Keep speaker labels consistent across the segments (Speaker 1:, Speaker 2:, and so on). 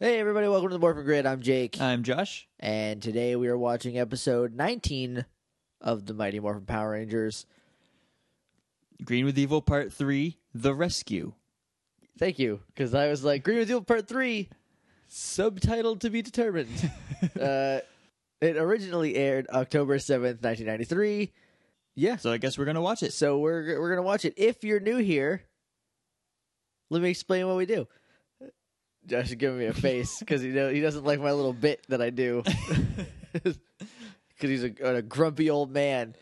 Speaker 1: Hey everybody, welcome to the Morphin Grid. I'm Jake,
Speaker 2: I'm Josh.
Speaker 1: and today we are watching episode 19 of the Mighty Morphin Power Rangers.
Speaker 2: Green with Evil Part 3 The Rescue.
Speaker 1: Thank you, because I was like Green with Evil Part Three, subtitled to be determined. uh, it originally aired October 7th, 1993. Yeah,
Speaker 2: So I guess we're going to watch it.
Speaker 1: so we're we're gonna watch it. If you're new here, let me explain what we do. Josh is giving me a face because he know he doesn't like my little bit that I do. Because he's a, a grumpy old man.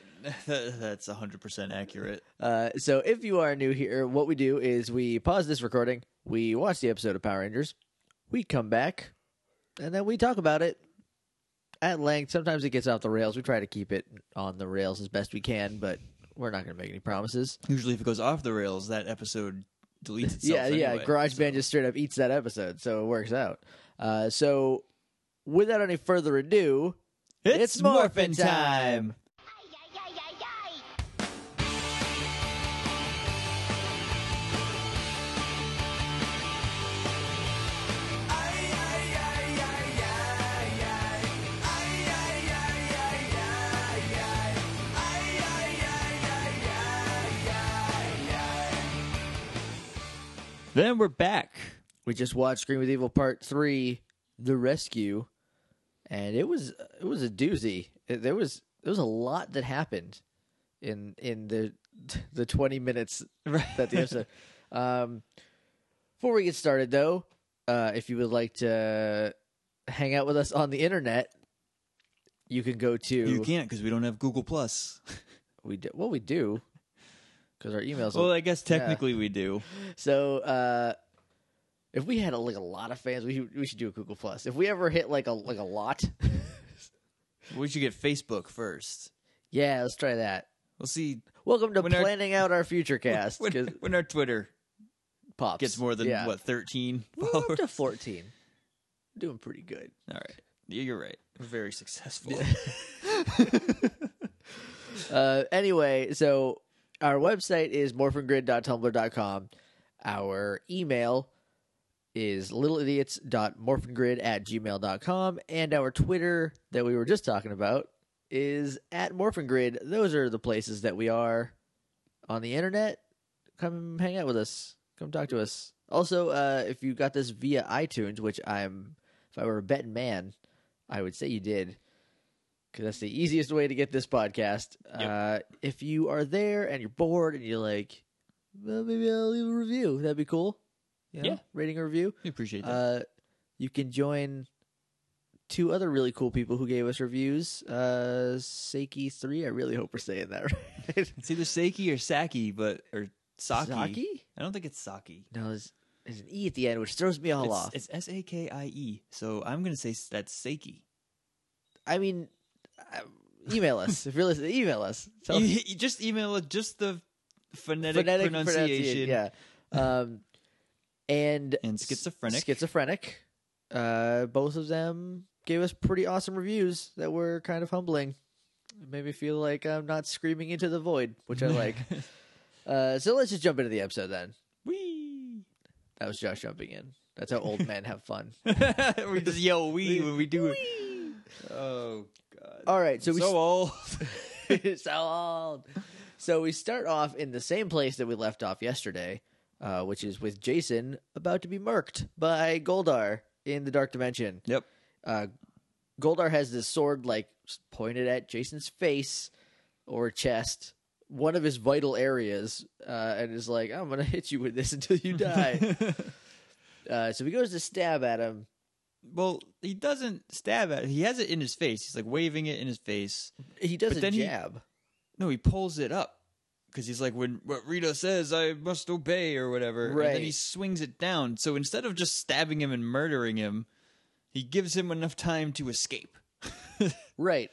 Speaker 2: That's 100% accurate.
Speaker 1: Uh, so if you are new here, what we do is we pause this recording, we watch the episode of Power Rangers, we come back, and then we talk about it at length. Sometimes it gets off the rails. We try to keep it on the rails as best we can, but we're not going to make any promises.
Speaker 2: Usually, if it goes off the rails, that episode deletes itself.
Speaker 1: yeah, yeah.
Speaker 2: anyway.
Speaker 1: GarageBand
Speaker 2: So-
Speaker 1: just straight up eats that episode, so it works out. Uh, so, without any further ado,
Speaker 2: It's,
Speaker 1: it's
Speaker 2: Morphin
Speaker 1: Morphin'
Speaker 2: Time! Then we're back.
Speaker 1: we just watched Scream with Evil Part Three: The Rescue, and it was it was a doozy. It- there was there was a lot that happened in in the the twenty minutes that the episode. um, before we get started, though, uh, if you would like to hang out with us on the internet, you can go to
Speaker 2: You can't because we don't have Google Plus.
Speaker 1: We do. Well, we do because our emails.
Speaker 2: Well, I guess technically we do.
Speaker 1: so uh, if we had a, like a lot of fans, we should- we should do a Google Plus. If we ever hit like a like a lot,
Speaker 2: We should get Facebook first.
Speaker 1: yeah, let's try that.
Speaker 2: We'll see
Speaker 1: Welcome to
Speaker 2: When our-
Speaker 1: planning out our future cast
Speaker 2: when,
Speaker 1: because
Speaker 2: when our Twitter
Speaker 1: pops
Speaker 2: gets more than
Speaker 1: Yeah.
Speaker 2: what thirteen
Speaker 1: We're up
Speaker 2: followers.
Speaker 1: to fourteen. Doing pretty good.
Speaker 2: All right, Yeah, you're right. We're very successful.
Speaker 1: Uh, anyway, so our website is morphingrid.tumblr.com. Our email is littleidiots.morphingrid at gmail.com. And our Twitter that we were just talking about is at morphingrid. Those are the places that we are on the internet. Come hang out with us. Come talk to us. Also, uh, if you got this via iTunes, which I'm, if I were a betting man, I would say you did because that's the easiest way to get this podcast. Uh, if you are there and you're bored and you're like, well, maybe I'll leave a review. That'd be cool. You know,
Speaker 2: Yeah.
Speaker 1: rating a review.
Speaker 2: We appreciate that.
Speaker 1: Uh, you can join two other really cool people who gave us reviews. Uh, Seiki three. I really hope we're saying that right.
Speaker 2: it's either Saki or Saki, but or Saki.
Speaker 1: Saki?
Speaker 2: I don't think it's Saki.
Speaker 1: No, there's, there's an e at the end, which throws me all off.
Speaker 2: It's S A K I E. So I'm gonna say s- that's Saki.
Speaker 1: I mean, uh, email us if you're listening. Email us. Tell
Speaker 2: You, you just email it just the phonetic, pronunciation
Speaker 1: Yeah. Um, and
Speaker 2: and schizophrenic.
Speaker 1: Schizophrenic. Uh, both of them gave us pretty awesome reviews that were kind of humbling. It made me feel like I'm not screaming into the void, which I like. uh, so let's just jump into the episode then.
Speaker 2: Wee.
Speaker 1: That was Josh jumping in. That's how old men have fun.
Speaker 2: we just yell wee when we do it. Oh god.
Speaker 1: All right, so we
Speaker 2: so old.
Speaker 1: so old. So we start off in the same place that we left off yesterday, uh, which is with Jason about to be murked by Goldar in the Dark Dimension.
Speaker 2: yep.
Speaker 1: Uh, Goldar has this sword like s- pointed at Jason's face or chest, one of his vital areas, uh, and is like, "I'm gonna hit you with this until you die." uh, so he goes to stab at him.
Speaker 2: well, he doesn't stab at it. He has it in his face. He's like waving it in his face.
Speaker 1: He does
Speaker 2: But
Speaker 1: a
Speaker 2: then he-
Speaker 1: jab.
Speaker 2: No, he pulls it up because he's like, when what Rita says, I must obey or whatever. And
Speaker 1: Right.
Speaker 2: then he swings it down. So instead of just stabbing him and murdering him, he gives him enough time to escape.
Speaker 1: Right.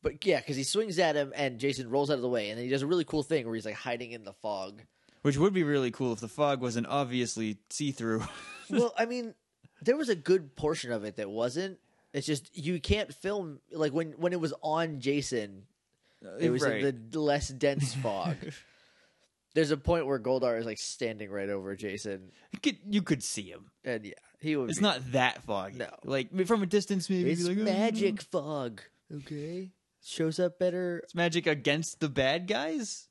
Speaker 1: But yeah, because he swings at him and Jason rolls out of the way, and then he does a really cool thing where he's like hiding in the fog.
Speaker 2: Which would be really cool if the fog wasn't obviously see through.
Speaker 1: well, I mean, there was a good portion of it that wasn't. It's just you can't film like when when it was on Jason, it was in the less dense fog. There's a point where Goldar is like standing right over Jason,
Speaker 2: You could, you could see him.
Speaker 1: and yeah, he would.
Speaker 2: It's
Speaker 1: be-
Speaker 2: not that foggy.
Speaker 1: No.
Speaker 2: Like from a distance, maybe.
Speaker 1: It's
Speaker 2: you'd be like, "Oh,
Speaker 1: magic fog. Okay, shows up better.
Speaker 2: It's magic against the bad guys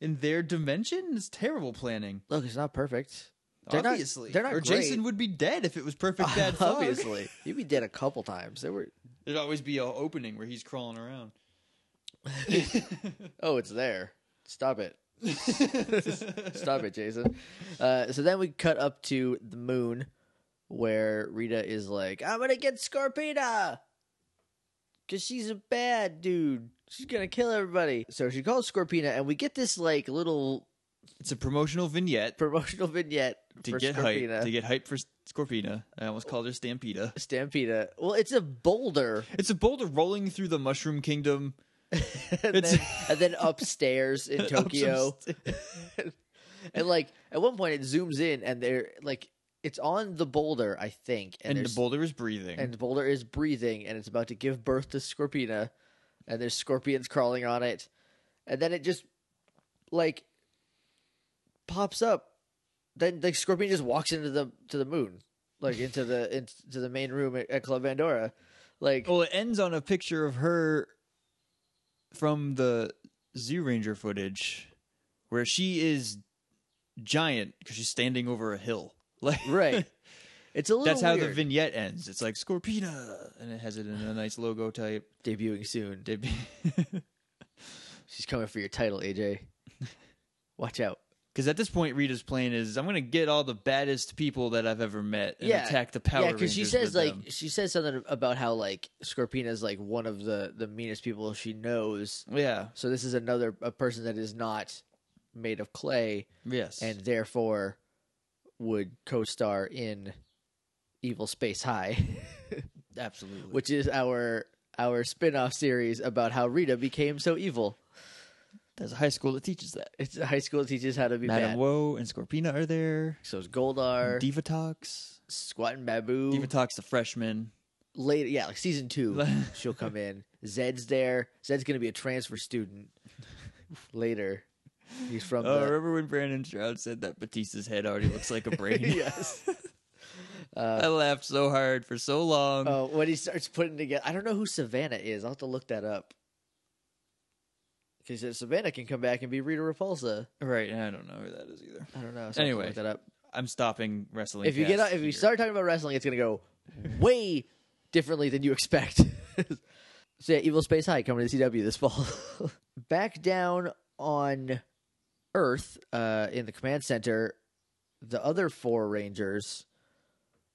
Speaker 2: in their dimension. It's terrible planning.
Speaker 1: Look, it's not perfect. They're not-
Speaker 2: obviously,
Speaker 1: they're not
Speaker 2: Or
Speaker 1: great.
Speaker 2: Jason would be dead if it was perfect bad. fog.
Speaker 1: Obviously, you'd be dead a couple times. There were.
Speaker 2: there'd always be an opening where he's crawling around.
Speaker 1: Oh, it's there. Stop it. Stop it, Jason. Uh, so then we cut up to the moon, where Rita is like, "I'm gonna get Scarpina, cause she's a bad dude. She's gonna kill everybody." So she calls Scorpina, and we get this like little
Speaker 2: It's a promotional vignette
Speaker 1: promotional vignette
Speaker 2: to
Speaker 1: for
Speaker 2: get
Speaker 1: Scorpina,
Speaker 2: hype. To get hype for Scorpina. I almost called her Stampeda.
Speaker 1: Stampeda. Well, it's a boulder,
Speaker 2: It's a boulder rolling through the Mushroom Kingdom.
Speaker 1: and,
Speaker 2: It's-
Speaker 1: then, and then upstairs in
Speaker 2: up some
Speaker 1: Tokyo.
Speaker 2: st-
Speaker 1: and like at one point it zooms in and they're like it's on the boulder i think and,
Speaker 2: and the
Speaker 1: there's-
Speaker 2: boulder is breathing.
Speaker 1: and the boulder is breathing and it's about to give birth to scorpina and there's scorpions crawling on it and then it just like pops up then the scorpion just walks into the to the moon like into the into the main room at, at club andorra like
Speaker 2: well, it ends on a picture of her from the Zoo Ranger footage where she is giant because she's standing over a hill. Like
Speaker 1: right it's a little
Speaker 2: That's how the
Speaker 1: weird.
Speaker 2: vignette ends. It's like Scorpina, and it has it in a nice logo type.
Speaker 1: debuting soon
Speaker 2: Did-
Speaker 1: she's coming for your title aj watch out
Speaker 2: Because at this point, Rita's plan is I'm gonna get all the baddest people that I've ever met and
Speaker 1: Yeah.
Speaker 2: attack the Power
Speaker 1: yeah,
Speaker 2: Rangers.
Speaker 1: she says
Speaker 2: with
Speaker 1: like
Speaker 2: them.
Speaker 1: she says something about how like Scorpina's like one of the the meanest people she knows.
Speaker 2: yeah,
Speaker 1: So this is another a person that is not made of clay
Speaker 2: yes,
Speaker 1: and therefore would co-star in Evil Space High,
Speaker 2: absolutely.
Speaker 1: which is our our spin-off series about how Rita became so evil.
Speaker 2: there's a high school that teaches that.
Speaker 1: It's a high school that teaches how to be
Speaker 2: Madame
Speaker 1: bad.
Speaker 2: Woe and Scorpina are there.
Speaker 1: so it's Goldar,
Speaker 2: Divatox.
Speaker 1: Squat and Babu.
Speaker 2: Divatox, the freshman.
Speaker 1: later yeah like season two she'll come in zed's there zed's gonna be a transfer student later he's from
Speaker 2: Oh,
Speaker 1: the,
Speaker 2: remember when Brandon Stroud said that Batista's head already looks like a brain?
Speaker 1: yes Uh,
Speaker 2: I laughed so hard for so long.
Speaker 1: oh when he starts putting together i don't know who savannah is i'll have to look that up because savannah can come back and be rita repulsa
Speaker 2: right, I don't know who that is either.
Speaker 1: i don't know so I'll have to
Speaker 2: Anyway,
Speaker 1: look that up
Speaker 2: I'm stopping wrestling.
Speaker 1: if you get
Speaker 2: cast
Speaker 1: if you
Speaker 2: here.
Speaker 1: start talking about wrestling it's gonna go way differently than you expect so yeah evil space high coming to cw this fall back down on earth uh in the command center the other four rangers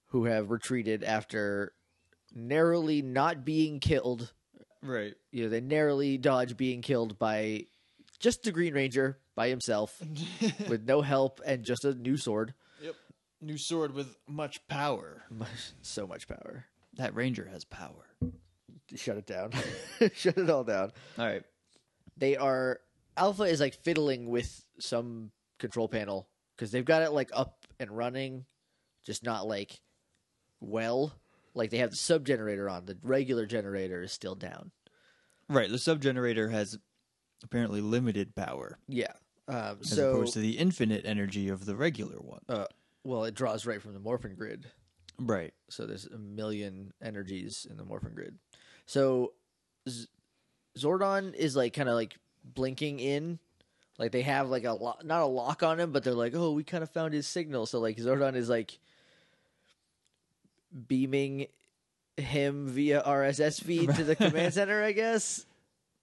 Speaker 1: who have retreated after narrowly not being killed
Speaker 2: right,
Speaker 1: you know they narrowly dodge being killed by just the green ranger by himself with no help and just a new sword
Speaker 2: new sword with much power.
Speaker 1: so much power
Speaker 2: That ranger has power.
Speaker 1: shut it down shut it all down
Speaker 2: All right.
Speaker 1: they are alpha is like fiddling with some control panel because they've got it like up and running just not like well like they have the sub generator on the regular generator is still down
Speaker 2: Right, the sub generator has apparently limited power
Speaker 1: yeah um,
Speaker 2: as
Speaker 1: so
Speaker 2: opposed to the infinite energy of the regular one.
Speaker 1: uh, well it draws right from the morphin grid
Speaker 2: Right.
Speaker 1: So there's a million energies in the morphin grid. So Z- Zordon is like kind of like blinking in. Like they have like a lo- not a lock on him, but they're like, oh, we kind of found his signal. So like Zordon is like beaming him via RSS feed to the command center. I guess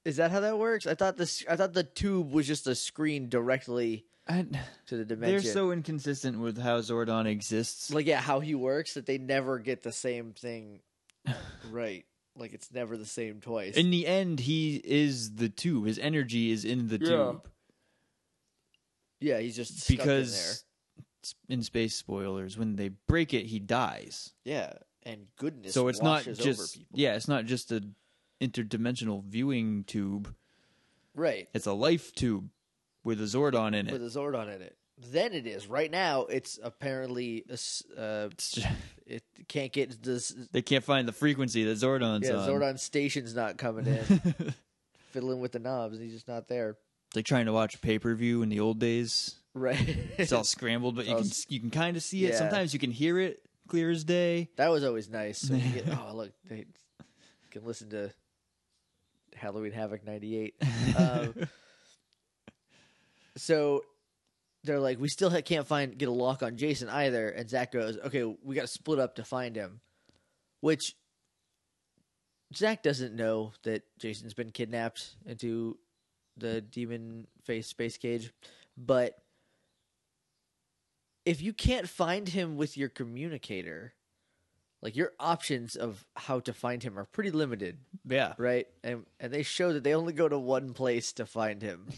Speaker 1: is that how that works? I thought this. I thought the tube was just a screen directly
Speaker 2: And
Speaker 1: to the dimension.
Speaker 2: they're so inconsistent with how Zordon exists.
Speaker 1: like yeah how he works that they never get the same thing right like it's never the same twice
Speaker 2: in the end, he is the tube. His energy is in the
Speaker 1: Yeah.
Speaker 2: tube
Speaker 1: yeah he's just stuck
Speaker 2: because s- in space spoilers, when they break it, he dies.
Speaker 1: in there. yeah and goodness
Speaker 2: so it's not
Speaker 1: washes over
Speaker 2: just
Speaker 1: people.
Speaker 2: yeah, it's not just a interdimensional viewing tube.
Speaker 1: right
Speaker 2: It's a life tube with a Zordon in it.
Speaker 1: with a zordon in it then it is right now it's apparently a s- uh,
Speaker 2: It's just-
Speaker 1: it can't get this
Speaker 2: they can't find the frequency that Zordon's
Speaker 1: yeah
Speaker 2: on.
Speaker 1: zordon station's not coming in fiddling with the knobs and he's just not there
Speaker 2: It's like trying to watch pay per view in the old days.
Speaker 1: Right.
Speaker 2: It's all scrambled, but you
Speaker 1: Oh,
Speaker 2: can
Speaker 1: s-
Speaker 2: you can kind of see it.
Speaker 1: yeah.
Speaker 2: Sometimes you can hear it clear as day.
Speaker 1: that was always nice. So you get, oh, look, they can listen to Halloween Havoc 98. Um, so they're like, we still ha- can't find get a lock on Jason either. And Zach goes, okay, we got to split up to find him. Which Zach doesn't know that Jason's been kidnapped into the demon face space cage, but if you can't find him with your communicator, like your options of how to find him are pretty limited,
Speaker 2: yeah,
Speaker 1: right? And and they show that they only go to one place to find him.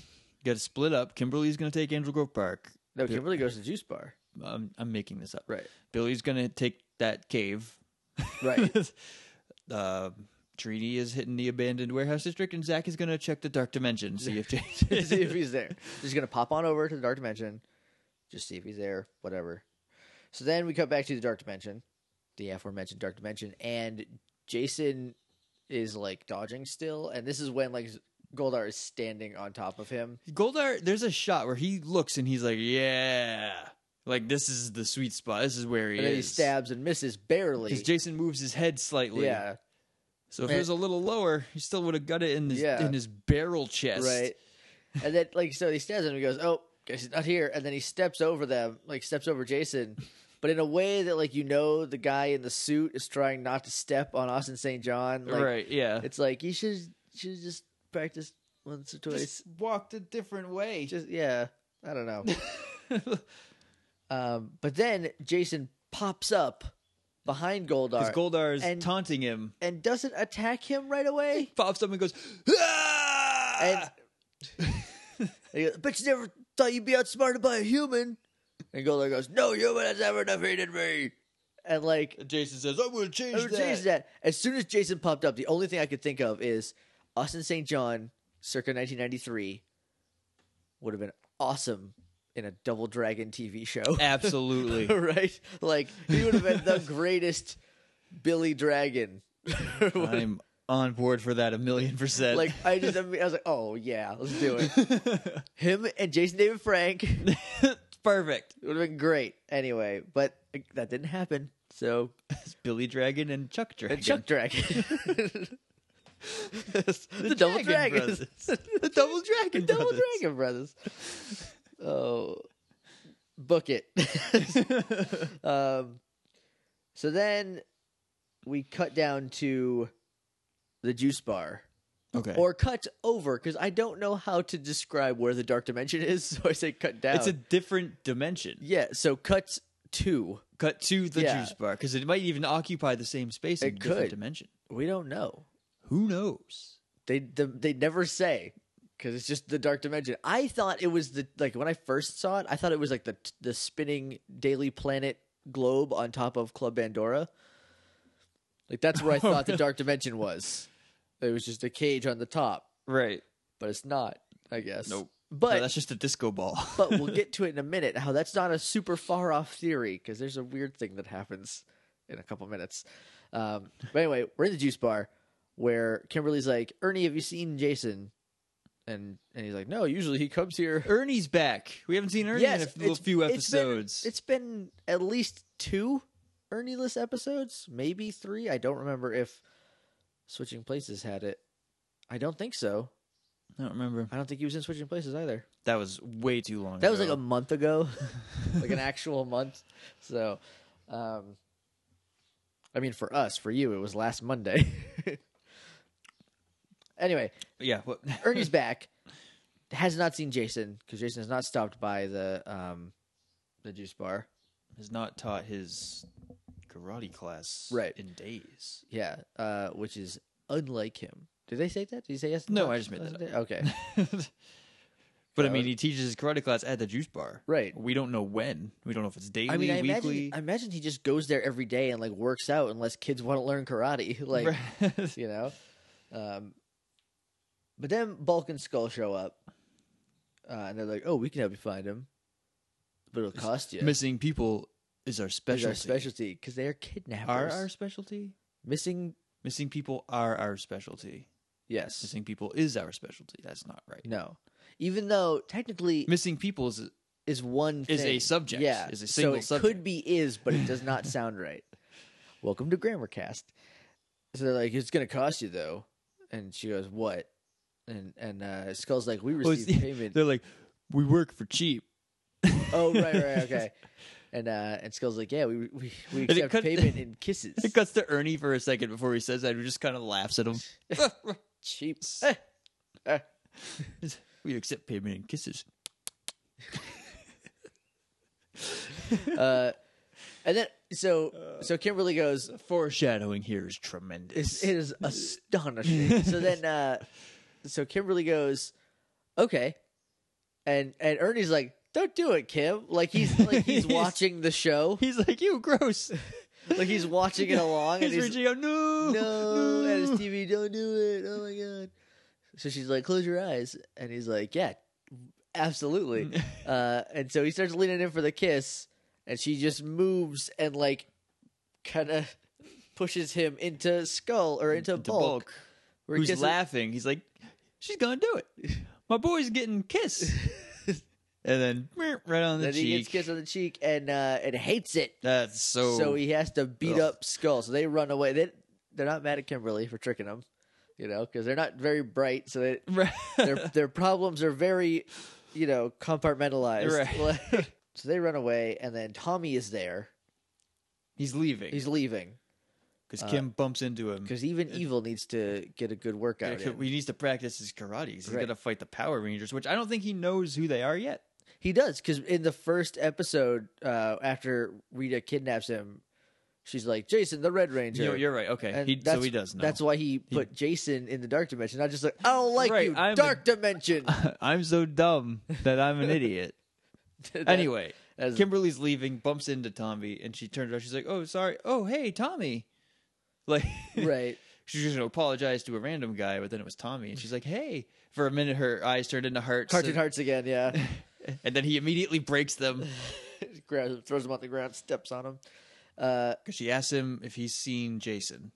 Speaker 2: got to split up. Kimberly's gonna take Angel Grove Park.
Speaker 1: No, Kimberly goes to the juice bar.
Speaker 2: I'm, I'm making this up.
Speaker 1: Right.
Speaker 2: Billy's gonna take that cave.
Speaker 1: Right.
Speaker 2: uh, Trini is hitting the abandoned warehouse district, and Zach is gonna check the dark dimension, see if Jason.
Speaker 1: see if he's there. Just gonna pop on over to the dark dimension, just see if he's there, whatever. So then we cut back to the dark dimension, the aforementioned dark dimension, and Jason is like dodging still, and this is when like Goldar is standing on top of him.
Speaker 2: Goldar, there's a shot where he looks and he's like, "Yeah, like this is the sweet spot. This is where he
Speaker 1: and
Speaker 2: is."
Speaker 1: then he stabs and misses barely.
Speaker 2: because Jason moves his head slightly.
Speaker 1: yeah,
Speaker 2: So if it was a little lower, he still would have got it in his
Speaker 1: Yeah.
Speaker 2: in his barrel chest.
Speaker 1: right. and then like so he stabs him and he goes, Oh, guess he's not here and then he steps over them, like steps over Jason. But in a way that like you know the guy in the suit is trying not to step on Austin St. John. Like
Speaker 2: right. Yeah.
Speaker 1: it's like you should should just practice once or twice. Just,
Speaker 2: walked a different way.
Speaker 1: yeah. I don't know. um but then Jason pops up behind Goldar
Speaker 2: Because Goldar is
Speaker 1: And-
Speaker 2: taunting him,
Speaker 1: and doesn't attack him right away.
Speaker 2: pops up and goes,
Speaker 1: And
Speaker 2: "Ah!"
Speaker 1: he goes, bet you never thought you'd be outsmarted by a human. And Goldar goes, No human has ever defeated me. And like,
Speaker 2: And Jason says, "I'm going to change
Speaker 1: I would
Speaker 2: that."
Speaker 1: change that. As soon as Jason popped up, the only thing I could think of is Austin St. John, circa 1993, would have been awesome in a Double Dragon TV show.
Speaker 2: Absolutely.
Speaker 1: right? Like, he would have been the greatest Billy Dragon.
Speaker 2: I'm on board for that a million percent.
Speaker 1: like, I just, I was like, Oh, yeah, let's do it. Him and Jason David Frank.
Speaker 2: It's perfect.
Speaker 1: It would have been great anyway, but that didn't happen. So
Speaker 2: It's Billy Dragon and Chuck Dragon.
Speaker 1: and Chuck Dragon, the, Double
Speaker 2: Dragon
Speaker 1: Dragons,
Speaker 2: Brothers. the Double
Speaker 1: the
Speaker 2: Dragon
Speaker 1: Double
Speaker 2: Brothers.
Speaker 1: Dragon Brothers. Oh, book it. um, so then we cut down to the juice bar,
Speaker 2: Okay.
Speaker 1: or cut over because I don't know how to describe where the dark dimension is, so I say cut down.
Speaker 2: it's a different dimension.
Speaker 1: yeah, so cut two.
Speaker 2: Cut to the
Speaker 1: Yeah.
Speaker 2: juice bar because it might even occupy the same space in
Speaker 1: It
Speaker 2: a different
Speaker 1: could.
Speaker 2: dimension.
Speaker 1: We don't know.
Speaker 2: Who knows?
Speaker 1: They the, they never say because it's just the dark dimension. I thought it was the like when I first saw it, I thought it was like the the spinning Daily Planet globe on top of Club Bandora. Like that's where I thought the dark dimension was. It was just a cage on the top,
Speaker 2: Right.
Speaker 1: but it's not. I guess.
Speaker 2: Nope.
Speaker 1: But
Speaker 2: no, that's just a disco ball.
Speaker 1: but we'll get to it in a minute. How that's not a super far off theory because there's a weird thing that happens in a couple minutes. Um, but anyway, we're in the juice bar where Kimberly's like, "Ernie, have you seen Jason?" And and he's like, "No, usually he comes here."
Speaker 2: Ernie's back. We haven't seen Er, Ernie
Speaker 1: Yes,
Speaker 2: in a little
Speaker 1: it's-
Speaker 2: few
Speaker 1: it's been-
Speaker 2: episodes.
Speaker 1: It's been at least two Ernie-less episodes, maybe three. I don't remember if Switching Places had it. I don't think so.
Speaker 2: I don't remember.
Speaker 1: I don't think he was in Switching Places either.
Speaker 2: That was way too long.
Speaker 1: That was like
Speaker 2: ago.
Speaker 1: a month ago, like an actual month. So, um, I mean, for us, for you, it was last Monday. anyway,
Speaker 2: yeah. What?
Speaker 1: Ernie's back. Has not seen Jason because Jason has not stopped by the um, the juice bar.
Speaker 2: has not taught his karate class
Speaker 1: Right.
Speaker 2: in days.
Speaker 1: Yeah, uh, which is unlike him. Did they say that? Did he say yes?
Speaker 2: No, I just made that up.
Speaker 1: Okay,
Speaker 2: but I
Speaker 1: That
Speaker 2: mean,
Speaker 1: was-
Speaker 2: he teaches his karate class at the juice bar.
Speaker 1: Right.
Speaker 2: We don't know when. We don't know if it's daily,
Speaker 1: I mean, I
Speaker 2: weekly.
Speaker 1: imagine, I imagine he just goes there every day and like works out unless kids want to learn karate. Like, you know. Um, but then Bulk and Skull show up, uh, and they're like, "Oh, we can help you find him, but it'll cost you."
Speaker 2: missing people is our
Speaker 1: This is
Speaker 2: specialty.
Speaker 1: our specialty because they are kidnappers.
Speaker 2: Are our specialty?
Speaker 1: missing?
Speaker 2: Missing people are our specialty.
Speaker 1: Yes.
Speaker 2: Missing people is our specialty. That's not right.
Speaker 1: No. even though technically
Speaker 2: Missing people is
Speaker 1: is one thing.
Speaker 2: is a subject,
Speaker 1: Yeah,
Speaker 2: is a single
Speaker 1: so it
Speaker 2: subject.
Speaker 1: could be is, but it does not sound right. Welcome to Grammarcast. So they're like, it's going to cost you though, and she goes, what? And and uh, Skull's like, we
Speaker 2: Oh, it's-
Speaker 1: received payment.
Speaker 2: They're like, we work for cheap.
Speaker 1: oh right, right, okay. And uh, and Skull's like, yeah, we we, we
Speaker 2: it
Speaker 1: accept
Speaker 2: cut-
Speaker 1: payment in kisses.
Speaker 2: It cuts to Ernie for a second before he says that. He just kind of laughs at him.
Speaker 1: Cheap. Eh,
Speaker 2: we accept payment and kisses.
Speaker 1: Uh, and then so
Speaker 2: Uh,
Speaker 1: so Kimberly goes,
Speaker 2: The foreshadowing here is
Speaker 1: It's,
Speaker 2: tremendous.
Speaker 1: it is astonishing. so then, uh, so Kimberly goes, okay, and and Ernie's like, don't do it, Kim. Like he's like he's
Speaker 2: He's-
Speaker 1: watching the show,
Speaker 2: he's like, you gross.
Speaker 1: like he's watching it along,
Speaker 2: he's
Speaker 1: and he's
Speaker 2: reaching out, no,
Speaker 1: no, at his TV, don't do it. Oh my god. So she's like, close your eyes, and he's like, yeah, absolutely. uh, and so he starts leaning in for the kiss, and she just moves and like, kind of. Pushes him into skull or into,
Speaker 2: Into
Speaker 1: bulk,
Speaker 2: Bulk,
Speaker 1: where he
Speaker 2: who's
Speaker 1: kisses-
Speaker 2: laughing. He's like, she's gonna do it. My boy's getting kissed. and then meow, right on the
Speaker 1: Then
Speaker 2: cheek.
Speaker 1: he gets kissed on the cheek and uh, and hates it.
Speaker 2: That's so.
Speaker 1: So he has to beat
Speaker 2: Ugh.
Speaker 1: up Skull. So they run away. They they're not mad at Kimberly for tricking them, you know, because they're not very bright. So they, their their problems are very, you know, compartmentalized.
Speaker 2: Right.
Speaker 1: so they run away, and then Tommy is there.
Speaker 2: he's leaving
Speaker 1: He's uh, leaving
Speaker 2: because Kim bumps into him.
Speaker 1: because even evil needs to get a good workout.
Speaker 2: Yeah,
Speaker 1: in.
Speaker 2: he needs to practice his karate. 'cause He's
Speaker 1: Right.
Speaker 2: gonna fight the Power Rangers, which I don't think he knows who they are yet.
Speaker 1: He does because in the first episode, uh, after Rita kidnaps him, she's like, "Jason, the Red Ranger."
Speaker 2: You're, you're right. Okay,
Speaker 1: And
Speaker 2: he, so
Speaker 1: that's-
Speaker 2: he does know.
Speaker 1: That's why he put Jason in the dark dimension. Not just like I don't like
Speaker 2: Right,
Speaker 1: you,
Speaker 2: I'm a-
Speaker 1: dark dimension.
Speaker 2: I'm so dumb that I'm an idiot.
Speaker 1: That-
Speaker 2: anyway,
Speaker 1: that's-
Speaker 2: Kimberly's leaving, bumps into Tommy, and she turns around. She's like, "Oh, sorry. Oh, hey, Tommy." Like,
Speaker 1: right?
Speaker 2: she's just gonna apologize to a random guy, but then it was Tommy, and she's like, "Hey." For a minute, her eyes turned into hearts,
Speaker 1: Cartoon
Speaker 2: and,
Speaker 1: hearts again. Yeah,
Speaker 2: and then he immediately breaks them
Speaker 1: Grabs him, throws him on the ground, steps on him, uh,
Speaker 2: because she asks him if he's seen Jason.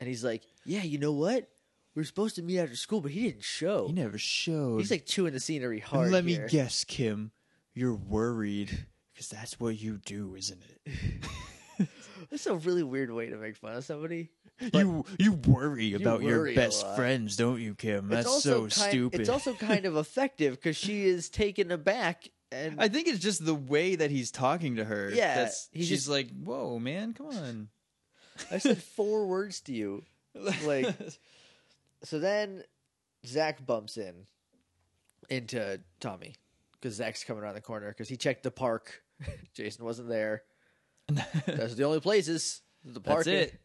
Speaker 1: and he's like, "Yeah, you know what? We were supposed to meet after school, but he didn't show.
Speaker 2: He never showed.
Speaker 1: He's like chewing the scenery hard.
Speaker 2: Let
Speaker 1: here.
Speaker 2: me guess, Kim, you're worried because that's what you do, isn't it?
Speaker 1: That's a really weird way to make fun of somebody.
Speaker 2: you you worry about
Speaker 1: worry a
Speaker 2: your best
Speaker 1: lot.
Speaker 2: friends, don't you, Kim?
Speaker 1: It's
Speaker 2: That's
Speaker 1: also
Speaker 2: so
Speaker 1: kind-
Speaker 2: stupid.
Speaker 1: It's also kind of effective because she is taken aback and
Speaker 2: I think it's just the way that he's talking to her.
Speaker 1: Yeah,
Speaker 2: that's,
Speaker 1: he's
Speaker 2: she's
Speaker 1: just-
Speaker 2: like, "Whoa, man, come on!"
Speaker 1: I said four words to you. Like- So then Zach bumps in into Tommy because Zach's coming around the corner because he checked the park. Jason wasn't there. That's the only places the park.
Speaker 2: that's it.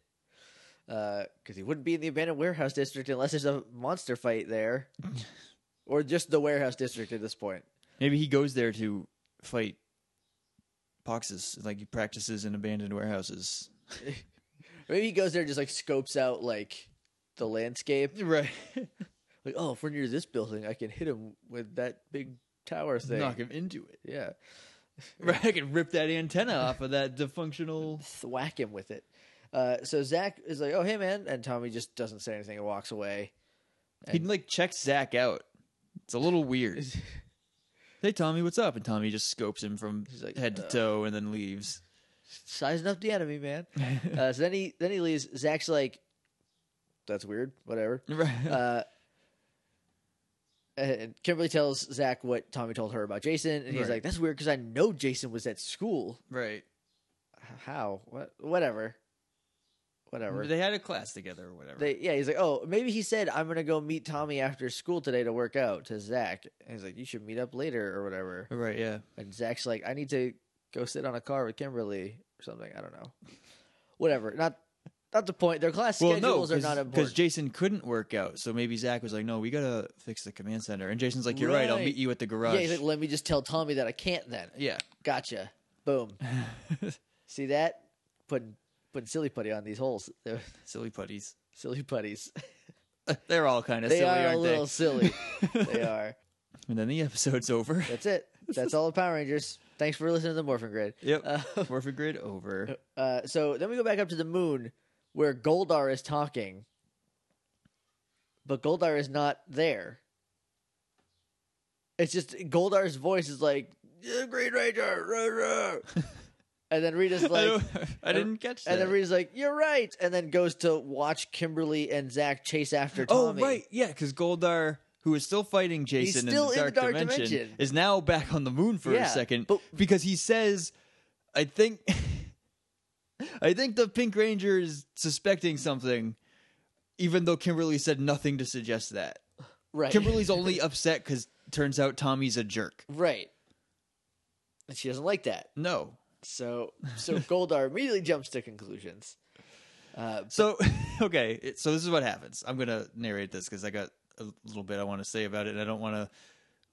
Speaker 1: Because he wouldn't be in the abandoned warehouse district unless there's a monster fight there, or just the warehouse district at this point.
Speaker 2: Maybe he goes there to fight poxes, like he practices in abandoned warehouses.
Speaker 1: Maybe he goes there and just like scopes out like the landscape.
Speaker 2: Right,
Speaker 1: Like, oh, if we're near this building, I can hit him with that big tower thing.
Speaker 2: knock him into it.
Speaker 1: Yeah,
Speaker 2: Right, I can rip that antenna off of that dysfunctional.
Speaker 1: thwack him with it. Uh, so Zach is like, "Oh, hey, man," and Tommy just doesn't say anything and walks away.
Speaker 2: He like checks Zach out. It's a little weird. hey Tommy, what's up? And Tommy just scopes him from
Speaker 1: like,
Speaker 2: head to
Speaker 1: "Ugh."
Speaker 2: toe and then leaves.
Speaker 1: Sizing up the enemy, man. uh, so then he then he leaves. Zach's like, "That's weird. Whatever."
Speaker 2: Right.
Speaker 1: Uh, and Kimberly tells Zach what Tommy told her about Jason, and he's
Speaker 2: Right.
Speaker 1: like, "That's weird because I know Jason was at school.
Speaker 2: right.
Speaker 1: H- How? What? Whatever. Whatever."
Speaker 2: They had a class together or whatever.
Speaker 1: They, yeah, he's like, oh, maybe he said I'm gonna go meet Tommy after school today to work out to Zach, and he's like, you should meet up later or whatever.
Speaker 2: right, yeah.
Speaker 1: And Zach's like, I need to go sit on a car with Kimberly or something. I don't know. Whatever. Not not the point. Their class
Speaker 2: Well, no,
Speaker 1: schedules are not
Speaker 2: because
Speaker 1: important.
Speaker 2: Jason couldn't work out, so maybe Zach was like, "No, we gotta fix the command center." And Jason's like, "You're right. I'll
Speaker 1: Right.
Speaker 2: meet you at the garage."
Speaker 1: yeah, he's like, let me just tell Tommy that I can't then.
Speaker 2: yeah.
Speaker 1: Gotcha. Boom. See that? Putting putting silly putty on these holes. They're
Speaker 2: silly putties.
Speaker 1: silly putties.
Speaker 2: They're all kind of
Speaker 1: they
Speaker 2: silly,
Speaker 1: are a
Speaker 2: aren't
Speaker 1: little
Speaker 2: they?
Speaker 1: silly. they are.
Speaker 2: And then the episode's over.
Speaker 1: That's it. That's all the Power Rangers. Thanks for listening to the Morphin Grid.
Speaker 2: Yep.
Speaker 1: Uh,
Speaker 2: Morphin Grid over.
Speaker 1: Uh, so then we go back up to the moon where Goldar is talking, but Goldar is not there. It's just Goldar's voice is like "Yeah, Green Ranger, rah, rah." and then Rita's
Speaker 2: I,
Speaker 1: like,
Speaker 2: don't- I didn't catch that.
Speaker 1: and then Rita's like, "You're right," and then goes to watch Kimberly and Zach chase after
Speaker 2: oh
Speaker 1: Tommy.
Speaker 2: right, yeah, because Goldar, who is still fighting Jason
Speaker 1: still
Speaker 2: in, the dark dimension,
Speaker 1: dimension.
Speaker 2: is now back on the moon for
Speaker 1: Yeah,
Speaker 2: a second
Speaker 1: but-
Speaker 2: because he says, "I think, I think the Pink Ranger is suspecting something." Even though Kimberly said nothing to suggest that,
Speaker 1: right,
Speaker 2: Kimberly's only upset because turns out Tommy's a jerk.
Speaker 1: right, and she doesn't like that.
Speaker 2: No,
Speaker 1: So, so Goldar immediately jumps to conclusions. Uh,
Speaker 2: So okay, it- so this is what happens. I'm gonna narrate this because I got a little bit I want to say about it, and I don't want to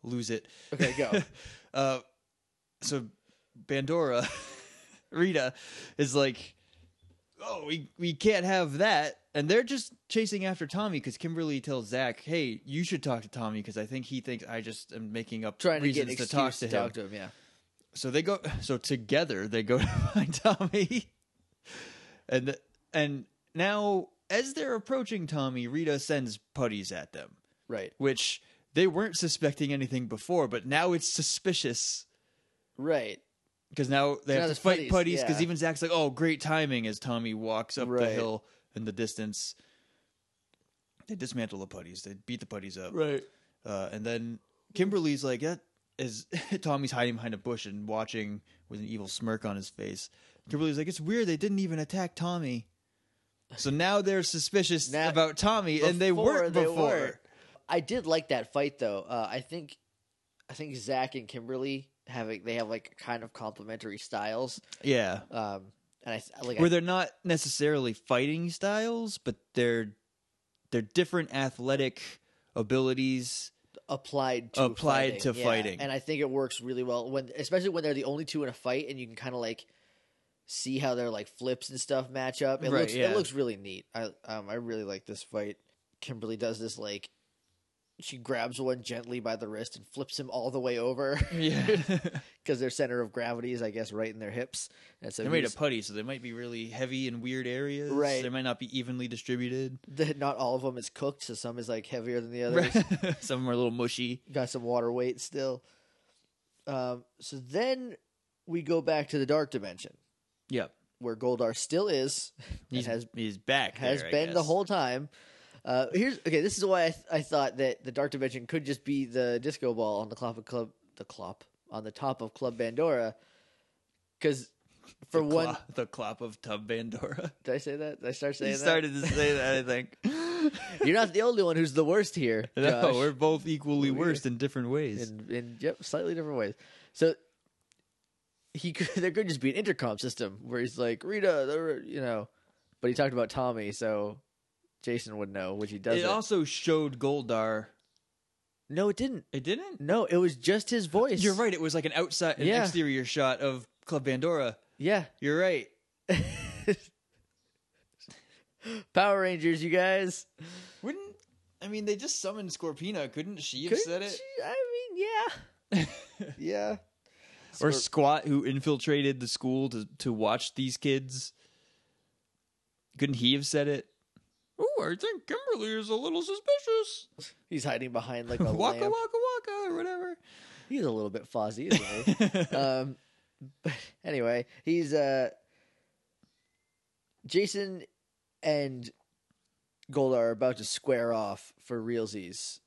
Speaker 2: lose it.
Speaker 1: okay, go.
Speaker 2: Uh, so Bandora, Rita, is like, oh, we we can't have that, and they're just chasing after Tommy because Kimberly tells Zach, hey, you should talk to Tommy because I think he thinks I just am making up
Speaker 1: Trying to get an
Speaker 2: reasons
Speaker 1: excuse
Speaker 2: to talk to, him.
Speaker 1: to him. Yeah,
Speaker 2: So they go. So together they go to find Tommy, and and now as they're approaching Tommy, Rita sends putties at them,
Speaker 1: right,
Speaker 2: which they weren't suspecting anything before, but now it's suspicious
Speaker 1: right.
Speaker 2: because now they
Speaker 1: Now
Speaker 2: have to
Speaker 1: there's
Speaker 2: fight
Speaker 1: putties,
Speaker 2: putties because
Speaker 1: yeah.
Speaker 2: even Zach's like, "Oh, great timing!" As Tommy walks up the
Speaker 1: Right.
Speaker 2: hill in the distance. They dismantle the putties. They beat the putties up.
Speaker 1: Right.
Speaker 2: Uh, and then Kimberly's like, that is Tommy's hiding behind a bush and watching with an evil smirk on his face. Kimberly's like, it's weird they didn't even attack Tommy. So now they're suspicious
Speaker 1: Now-
Speaker 2: about Tommy, and they weren't
Speaker 1: they
Speaker 2: before.
Speaker 1: weren't. I did like that fight though. Uh, I think, I think Zach and Kimberly having they have like kind of complementary styles.
Speaker 2: Yeah,
Speaker 1: Um, and I like
Speaker 2: where they're not necessarily fighting styles, but they're they're different athletic abilities.
Speaker 1: applied to
Speaker 2: Applied
Speaker 1: fighting.
Speaker 2: to
Speaker 1: yeah.
Speaker 2: fighting.
Speaker 1: and I think it works really well when, especially when they're the only two in a fight, and you can kind of like see how their like flips and stuff match up. It
Speaker 2: Right,
Speaker 1: looks
Speaker 2: yeah.
Speaker 1: it looks really neat. I um I really like this fight. Kimberly does this like she grabs one gently by the wrist and flips him all the way over
Speaker 2: Yeah, they
Speaker 1: because their center of gravity is I guess right in their hips, and so
Speaker 2: made a
Speaker 1: he's-
Speaker 2: putty, so they might be really heavy in weird areas.
Speaker 1: Right.
Speaker 2: they might not be evenly distributed.
Speaker 1: that not all of them is cooked, so some is like heavier than the others.
Speaker 2: Some of them are a little mushy.
Speaker 1: got some water weight still. Um, so then we go back to the dark dimension
Speaker 2: Yep.
Speaker 1: where Goldar still is and
Speaker 2: He's,
Speaker 1: has
Speaker 2: he's back.
Speaker 1: has
Speaker 2: there, I
Speaker 1: been the
Speaker 2: guess.
Speaker 1: whole time. Uh, here's okay. This is why I, th- I thought that the dark dimension could just be the disco ball on the clop of club the clop on the top of Club Bandora, because for
Speaker 2: the
Speaker 1: one,
Speaker 2: clop, the clop of Tub Bandora.
Speaker 1: did I say that? Did I start saying
Speaker 2: He started to say that. I think.
Speaker 1: that? You're not the only one who's the worst here.
Speaker 2: no,
Speaker 1: Josh.
Speaker 2: we're both equally
Speaker 1: We-
Speaker 2: worse in different ways.
Speaker 1: in, in yep, slightly different ways. So he could, there could just be an intercom system where he's like Rita, there- you know, but he talked about Tommy, so Jason would know, which he doesn't.
Speaker 2: it also showed Goldar.
Speaker 1: no, it didn't.
Speaker 2: It didn't.
Speaker 1: No, it was just his voice.
Speaker 2: You're right. It was like an outside, an
Speaker 1: Yeah.
Speaker 2: exterior shot of Club Bandora.
Speaker 1: Yeah,
Speaker 2: You're right.
Speaker 1: Power Rangers, you guys.
Speaker 2: Wouldn't I mean? They just summoned Scorpina. Couldn't she have
Speaker 1: Couldn't
Speaker 2: said it?
Speaker 1: you- I mean, yeah, yeah.
Speaker 2: Or
Speaker 1: Scorp-
Speaker 2: Squat, who infiltrated the school to to watch these kids. Couldn't he have said it? Oh, I think Kimberly is a little suspicious.
Speaker 1: he's hiding behind like a
Speaker 2: waka
Speaker 1: lamp.
Speaker 2: waka waka or whatever.
Speaker 1: He's a little bit fuzzy, isn't he? um, but anyway, he's uh, Jason and Goldar are about to square off for realsies,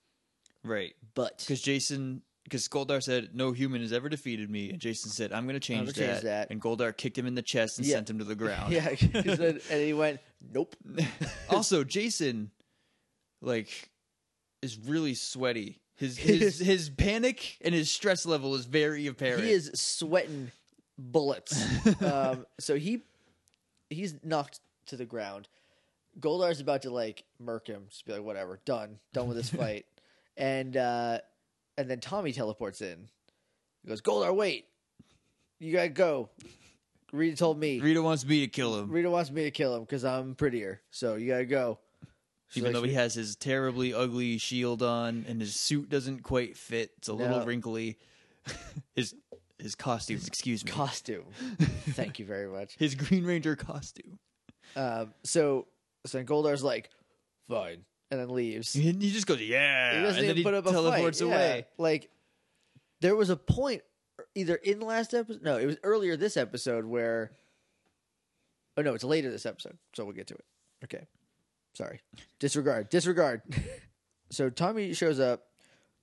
Speaker 2: right,
Speaker 1: but
Speaker 2: because Jason, because Goldar said no human has ever defeated me, and Jason said I'm going to change,
Speaker 1: gonna change that."
Speaker 2: and Goldar kicked him in the chest and
Speaker 1: Yeah.
Speaker 2: sent him to the ground.
Speaker 1: yeah, he said- and he went, nope,
Speaker 2: also, Jason, like, is really sweaty. His his his panic and his stress level is very apparent.
Speaker 1: he is sweating bullets. um, so he he's knocked to the ground. Goldar's about to like murk him, just be like, whatever, done, done with this fight, and uh, and then Tommy teleports in. He goes, Goldar, wait, you gotta go. Rita told me.
Speaker 2: Rita wants me to kill him,
Speaker 1: Rita wants me to kill him because I'm prettier, so you gotta go. She
Speaker 2: even
Speaker 1: likes
Speaker 2: though he
Speaker 1: me-
Speaker 2: has his terribly ugly shield on and his suit doesn't quite fit. It's a little
Speaker 1: No.
Speaker 2: wrinkly. his his costume, excuse me.
Speaker 1: costume. Thank you very much.
Speaker 2: his Green Ranger costume.
Speaker 1: Um, so so then Goldar's like, fine, and then leaves.
Speaker 2: He he just goes, yeah,
Speaker 1: He doesn't
Speaker 2: and then
Speaker 1: even
Speaker 2: he
Speaker 1: put up a
Speaker 2: teleports
Speaker 1: fight. yeah.
Speaker 2: away.
Speaker 1: Like there was a point either in the last episode no it was earlier this episode where oh no it's later this episode so we'll get to it okay sorry disregard disregard so tommy shows up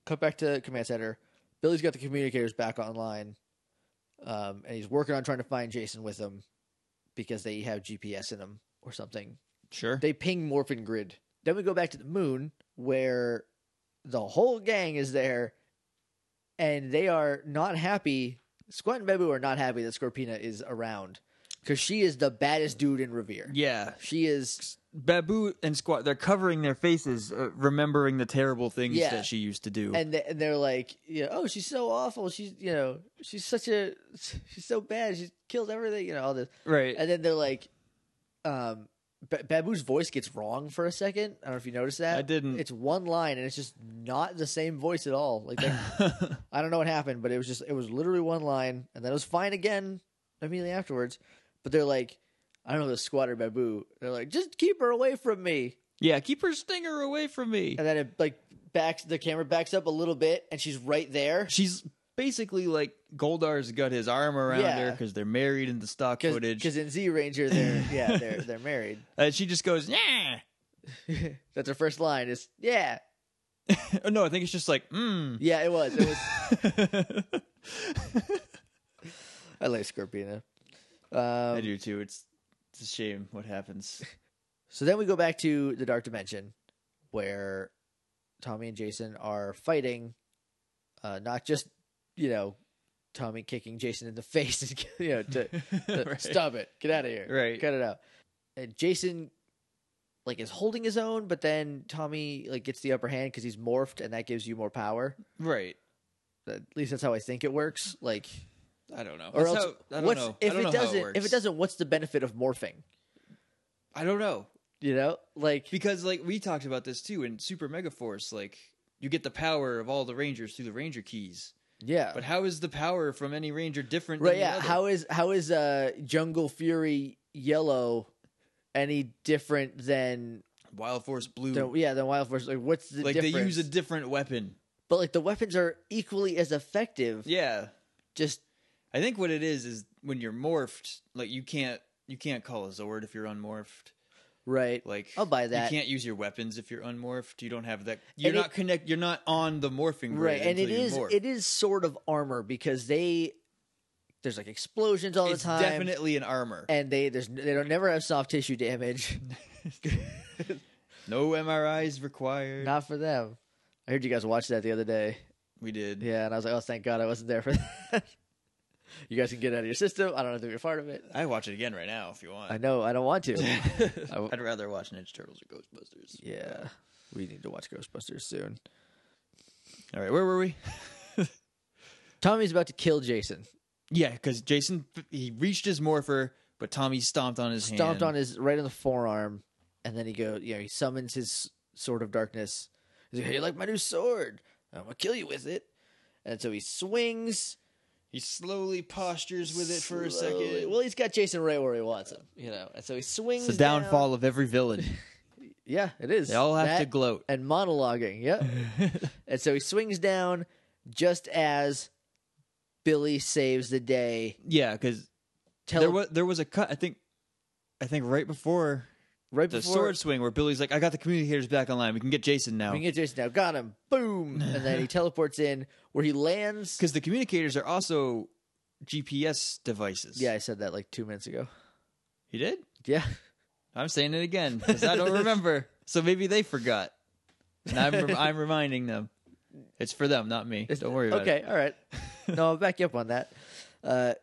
Speaker 1: cut back to command center billy's got the communicators back online um, and he's working on trying to find jason with them because they have gps in them or something
Speaker 2: Sure.
Speaker 1: they ping Morphin Grid. Then we go back to the moon where the whole gang is there and they are not happy. Squat and Bebu are not happy that Scorpina is around because she is the baddest dude in Revere.
Speaker 2: yeah.
Speaker 1: She is.
Speaker 2: Babu and Squat, they're covering their faces, uh, remembering the terrible things
Speaker 1: Yeah.
Speaker 2: that she used to do.
Speaker 1: And, they, and they're like, you know, oh, she's so awful. She's, you know, she's such a, she's so bad. She kills everything, you know, all this.
Speaker 2: right.
Speaker 1: And then they're like, um, B- Babu's voice gets wrong for a second. I don't know if you noticed that.
Speaker 2: I didn't.
Speaker 1: It's one line, and it's just not the same voice at all. Like, that- I don't know what happened, but it was just it was literally one line, and then it was fine again immediately afterwards. But they're like, I don't know the squatter Babu. They're like, just keep her away from me.
Speaker 2: yeah, keep her stinger away from me.
Speaker 1: And then it like backs the camera backs up a little bit, and she's right there.
Speaker 2: She's basically like Goldar's got his arm around
Speaker 1: Yeah.
Speaker 2: her because they're married in the stock footage.
Speaker 1: Because in Z Ranger, they're yeah they're they're married.
Speaker 2: And she just goes, yeah.
Speaker 1: That's her first line. Is yeah
Speaker 2: Oh, no, I think it's just like, mm.
Speaker 1: yeah it was it was. I like Scorpina. Um,
Speaker 2: I do too. It's, it's a shame what happens.
Speaker 1: So then we go back to the dark dimension where Tommy and Jason are fighting. Uh, not just, you know, Tommy kicking Jason in the face, and, you know, to, to
Speaker 2: Right.
Speaker 1: stop it, get out of here,
Speaker 2: Right.
Speaker 1: cut it out. And Jason, like, is holding his own, but then Tommy like gets the upper hand because he's morphed, and that gives you more power.
Speaker 2: Right.
Speaker 1: At least that's how I think it works. Like,
Speaker 2: I don't know.
Speaker 1: or
Speaker 2: That's
Speaker 1: else,
Speaker 2: how- I don't
Speaker 1: what's
Speaker 2: know.
Speaker 1: if
Speaker 2: I don't
Speaker 1: it
Speaker 2: know how
Speaker 1: doesn't?
Speaker 2: works.
Speaker 1: if it doesn't, what's the benefit of morphing?
Speaker 2: I don't know.
Speaker 1: You know, like
Speaker 2: because like we talked about this too in super mega force like you get the power of all the rangers through the ranger keys
Speaker 1: yeah,
Speaker 2: but how is the power from any ranger different
Speaker 1: Right?
Speaker 2: than the
Speaker 1: Yeah.
Speaker 2: other?
Speaker 1: How is how is uh Jungle Fury Yellow any different than
Speaker 2: wild force blue
Speaker 1: the, yeah than Wild Force? Like, what's the
Speaker 2: like
Speaker 1: difference?
Speaker 2: they use a different weapon
Speaker 1: but like the weapons are equally as effective.
Speaker 2: yeah
Speaker 1: Just
Speaker 2: i think what it is is when you're morphed like you can't you can't call a zord if you're unmorphed
Speaker 1: right.
Speaker 2: like
Speaker 1: I'll buy that.
Speaker 2: you can't use your weapons if you're unmorphed you don't have that you're
Speaker 1: And it-
Speaker 2: not connect you're not on the morphing grid
Speaker 1: right, and it
Speaker 2: until you
Speaker 1: is
Speaker 2: morph.
Speaker 1: it is sort of armor because they there's like explosions all
Speaker 2: it's
Speaker 1: the time.
Speaker 2: definitely an armor
Speaker 1: and they there's they don't never have soft tissue damage.
Speaker 2: no mris required
Speaker 1: Not for them. I heard you guys watch that the other day.
Speaker 2: we did
Speaker 1: Yeah, and I was like, oh, thank God I wasn't there for that. you guys can get it out of your system. I don't have to be a part of it.
Speaker 2: I watch it again right now if you
Speaker 1: I
Speaker 2: want.
Speaker 1: know. I don't want to. w-
Speaker 2: I'd rather watch Ninja Turtles or Ghostbusters.
Speaker 1: yeah, we need to watch Ghostbusters soon.
Speaker 2: All right, where were we?
Speaker 1: Tommy's about to kill Jason.
Speaker 2: Yeah, because Jason he reached his morpher, but Tommy stomped on his
Speaker 1: Stomped
Speaker 2: hand.
Speaker 1: on his right on the forearm, and then he goes. You know, he summons his sword of darkness. He's like, "Hey, you like my new sword? I'm gonna kill you with it." And so he swings
Speaker 2: He slowly postures with it for a
Speaker 1: slowly-
Speaker 2: second.
Speaker 1: Well, he's got Jason right where he wants him, you know. And so he swings.
Speaker 2: it's the
Speaker 1: down.
Speaker 2: downfall of every villain.
Speaker 1: Yeah, it is.
Speaker 2: They all have to
Speaker 1: That
Speaker 2: gloat.
Speaker 1: and monologuing. Yep. and so he swings down just as Billy saves the day.
Speaker 2: yeah, because
Speaker 1: Tele-
Speaker 2: there was there was a cut. I think, I think right before
Speaker 1: right
Speaker 2: the
Speaker 1: before
Speaker 2: sword swing, where Billy's like, "I got the communicators back online. We can get Jason now."
Speaker 1: We can get Jason now. Got him. Boom. And then he teleports in where he lands.
Speaker 2: Because the communicators are also GPS devices.
Speaker 1: Yeah, I said that like two minutes ago.
Speaker 2: he did.
Speaker 1: Yeah.
Speaker 2: I'm saying it again because I don't remember. So maybe they forgot. And I'm, I'm reminding them. It's for them, not me. Don't worry about it.
Speaker 1: Okay. All right. No, I'll back you up on that. Uh,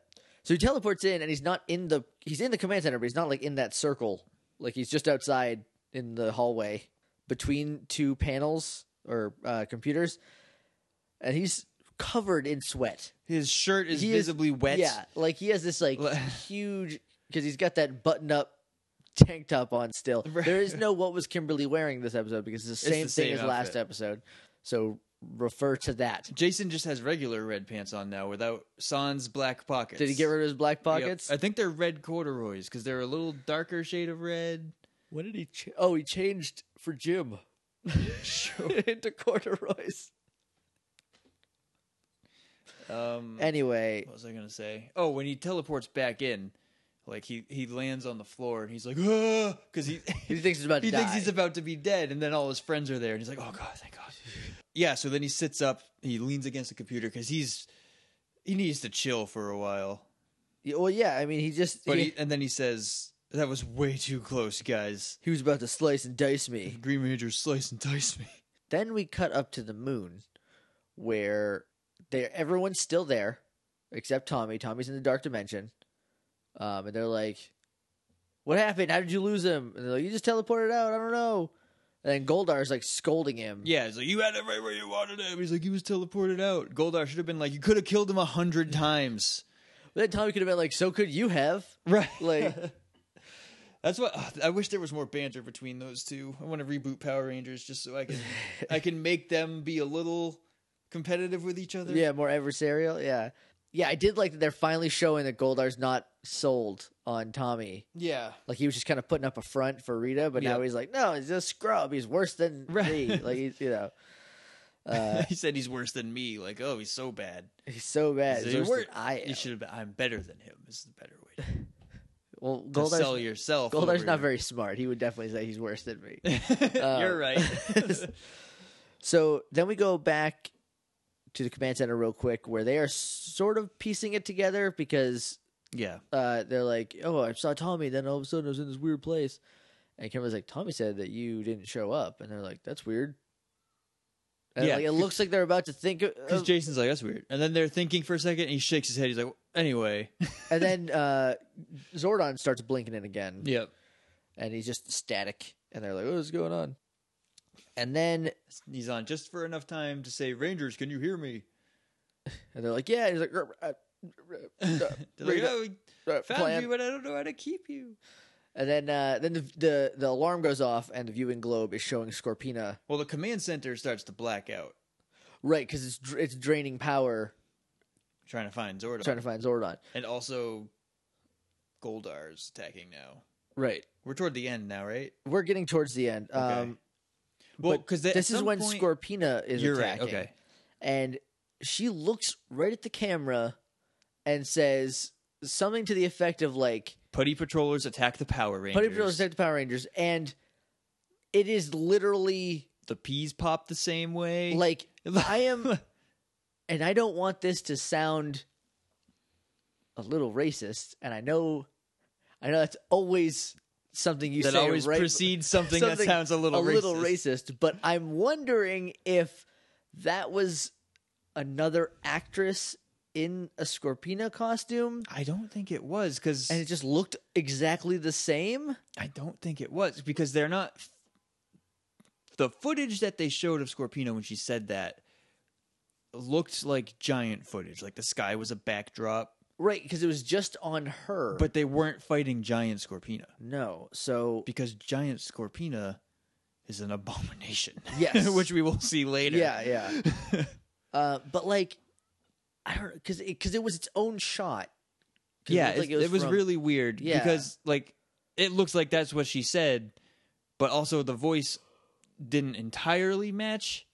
Speaker 1: so he teleports in and he's not in the he's in the command center, but he's not like in that circle. Like he's just outside in the hallway between two panels or uh, computers, and he's covered in sweat.
Speaker 2: His shirt is
Speaker 1: He is-
Speaker 2: visibly wet.
Speaker 1: Yeah, like he has this like
Speaker 2: Le-
Speaker 1: huge because he's got that button up tank top on still.
Speaker 2: Right.
Speaker 1: There is no what was Kimberly wearing this episode because it's the
Speaker 2: It's
Speaker 1: same
Speaker 2: the
Speaker 1: thing
Speaker 2: same
Speaker 1: as last
Speaker 2: outfit.
Speaker 1: episode. So refer to that.
Speaker 2: Jason just has regular red pants on now without Sans black pockets.
Speaker 1: Did he get rid of his black
Speaker 2: Yep.
Speaker 1: pockets?
Speaker 2: I think they're red corduroys because they're a little darker shade of red.
Speaker 1: What did he? Ch- oh, he changed for Jim
Speaker 2: Sure.
Speaker 1: into corduroys.
Speaker 2: Um,
Speaker 1: Anyway,
Speaker 2: what was I gonna say? Oh, when he teleports back in, like he he lands on the floor and he's like, ah, because he
Speaker 1: he thinks he's about to
Speaker 2: he
Speaker 1: die.
Speaker 2: thinks he's about to be dead, and then all his friends are there, and he's like, "Oh God, thank God." Yeah. So then he sits up, he leans against the computer because he's he needs to chill for a while.
Speaker 1: Yeah, well, yeah. I mean, he just
Speaker 2: But
Speaker 1: he,
Speaker 2: he, and then he says, "That was way too close, guys.
Speaker 1: he was about to slice and dice me.
Speaker 2: Green Ranger slice and dice me."
Speaker 1: Then we cut up to the moon, where they everyone's still there, except Tommy. Tommy's in the dark dimension, um, and they're like, "What happened? How did you lose him?" And they're like, "You just teleported out. I don't know." And then Goldar's like scolding him.
Speaker 2: Yeah, he's like, "You had it right where you wanted it." He's like, "He was teleported out." Goldar should have been like, "You could have killed him a hundred times."
Speaker 1: But then Tommy could have been like, "So could you have?"
Speaker 2: Right.
Speaker 1: Like,
Speaker 2: That's what ugh, I wish there was more banter between those two. I want to reboot Power Rangers just so I can I can make them be a little competitive with each other.
Speaker 1: yeah, more adversarial. Yeah, yeah. I did like that they're finally showing that Goldar's not sold on Tommy.
Speaker 2: Yeah.
Speaker 1: Like he was just kind of putting up a front for Rita, but now
Speaker 2: Yeah.
Speaker 1: he's like, no, he's a scrub. He's worse than
Speaker 2: Right.
Speaker 1: me. Like he's, you know, uh,
Speaker 2: he said he's worse than me. Like, oh, he's so bad.
Speaker 1: he's so bad.
Speaker 2: So
Speaker 1: He's
Speaker 2: you're
Speaker 1: worse
Speaker 2: wor-
Speaker 1: than I am.
Speaker 2: You should have been, I'm better than him. This is the better way to-
Speaker 1: well,
Speaker 2: to sell
Speaker 1: Goldar's,
Speaker 2: yourself.
Speaker 1: Goldar's
Speaker 2: over
Speaker 1: not
Speaker 2: your-
Speaker 1: very smart. He would definitely say he's worse than me.
Speaker 2: You're
Speaker 1: Uh,
Speaker 2: right.
Speaker 1: So then we go back to the command center real quick, where they are sort of piecing it together because
Speaker 2: yeah.
Speaker 1: uh, they're like, "Oh, I saw Tommy." Then all of a sudden, I was in this weird place, and Kimberly's like, "Tommy said that you didn't show up," and they're like, "That's weird." And
Speaker 2: Yeah.
Speaker 1: like, it looks like they're about to think. Of,
Speaker 2: Because Jason's like, that's weird. And then they're thinking for a second and he shakes his head. He's like, anyway.
Speaker 1: and then uh, Zordon starts blinking it again,
Speaker 2: yep.
Speaker 1: and he's just static. And they're like, "Oh, "What's going on?" And then
Speaker 2: He's on just for enough time to say, Rangers, can you hear me?
Speaker 1: and they're like, "Yeah." And he's like, "Ruh, uh,
Speaker 2: They're like,
Speaker 1: Rita,
Speaker 2: "Oh, we
Speaker 1: ruh,
Speaker 2: found
Speaker 1: "Plan."
Speaker 2: you, but I don't know how to keep you.
Speaker 1: And then uh, then the, the the alarm goes off, and the viewing globe is showing Scorpina
Speaker 2: Well, the command center starts to black out,
Speaker 1: right because it's dr- it's draining power
Speaker 2: trying to find Zordon,
Speaker 1: trying to find Zordon.
Speaker 2: and also Goldar's attacking now.
Speaker 1: Right.
Speaker 2: We're toward the end now, right?
Speaker 1: We're getting towards the end. Um,
Speaker 2: Okay. Well,
Speaker 1: but
Speaker 2: because
Speaker 1: this is when Scorpina is
Speaker 2: You're
Speaker 1: attacking,
Speaker 2: right. Okay.
Speaker 1: and she looks right at the camera and says something to the effect of like
Speaker 2: Putty patrollers attack the Power Rangers.
Speaker 1: "Putty Patrols attack the Power Rangers," and it is literally
Speaker 2: The peas pop the same way.
Speaker 1: like I am, and I don't want this to sound a little racist, and I know, I know that's always something you
Speaker 2: that
Speaker 1: say
Speaker 2: always
Speaker 1: right,
Speaker 2: precedes something, that sounds a little
Speaker 1: a
Speaker 2: racist.
Speaker 1: little racist, but I'm wondering if that was another actress in a Scorpina costume
Speaker 2: I don't think it was because
Speaker 1: and it just looked exactly the same.
Speaker 2: I don't think it was because they're not. The footage that they showed of Scorpino when she said that looked like giant footage. Like the sky was a backdrop,
Speaker 1: Right, because it was just on her.
Speaker 2: but they weren't fighting giant Scorpina
Speaker 1: no. So
Speaker 2: because giant Scorpina is an abomination.
Speaker 1: Yes.
Speaker 2: which we will see later.
Speaker 1: Yeah, yeah. uh but like I don't cuz it, cause it was its own shot. 'Cause
Speaker 2: yeah.
Speaker 1: looked
Speaker 2: It,
Speaker 1: like
Speaker 2: it was,
Speaker 1: from-
Speaker 2: really weird
Speaker 1: Yeah.
Speaker 2: because like it looks like that's what she said, but also the voice didn't entirely match.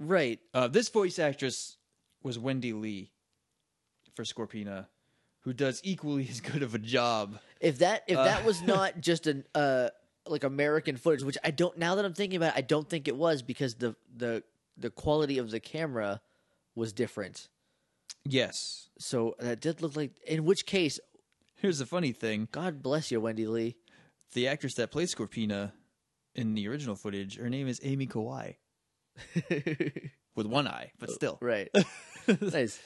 Speaker 1: right.
Speaker 2: Uh, this voice actress was Wendy Lee for Scorpina, who does equally as good of a job.
Speaker 1: If that if
Speaker 2: Uh,
Speaker 1: that was not just an uh like American footage, which I don't now that I'm thinking about it, I don't think it was because the the the quality of the camera was different.
Speaker 2: Yes.
Speaker 1: So that did look like in which case,
Speaker 2: Here's the funny thing
Speaker 1: God bless you, Wendy Lee.
Speaker 2: the actress that plays Scorpina in the original footage, her name is Amy Kawai, with one eye, but still.
Speaker 1: Oh, right. nice.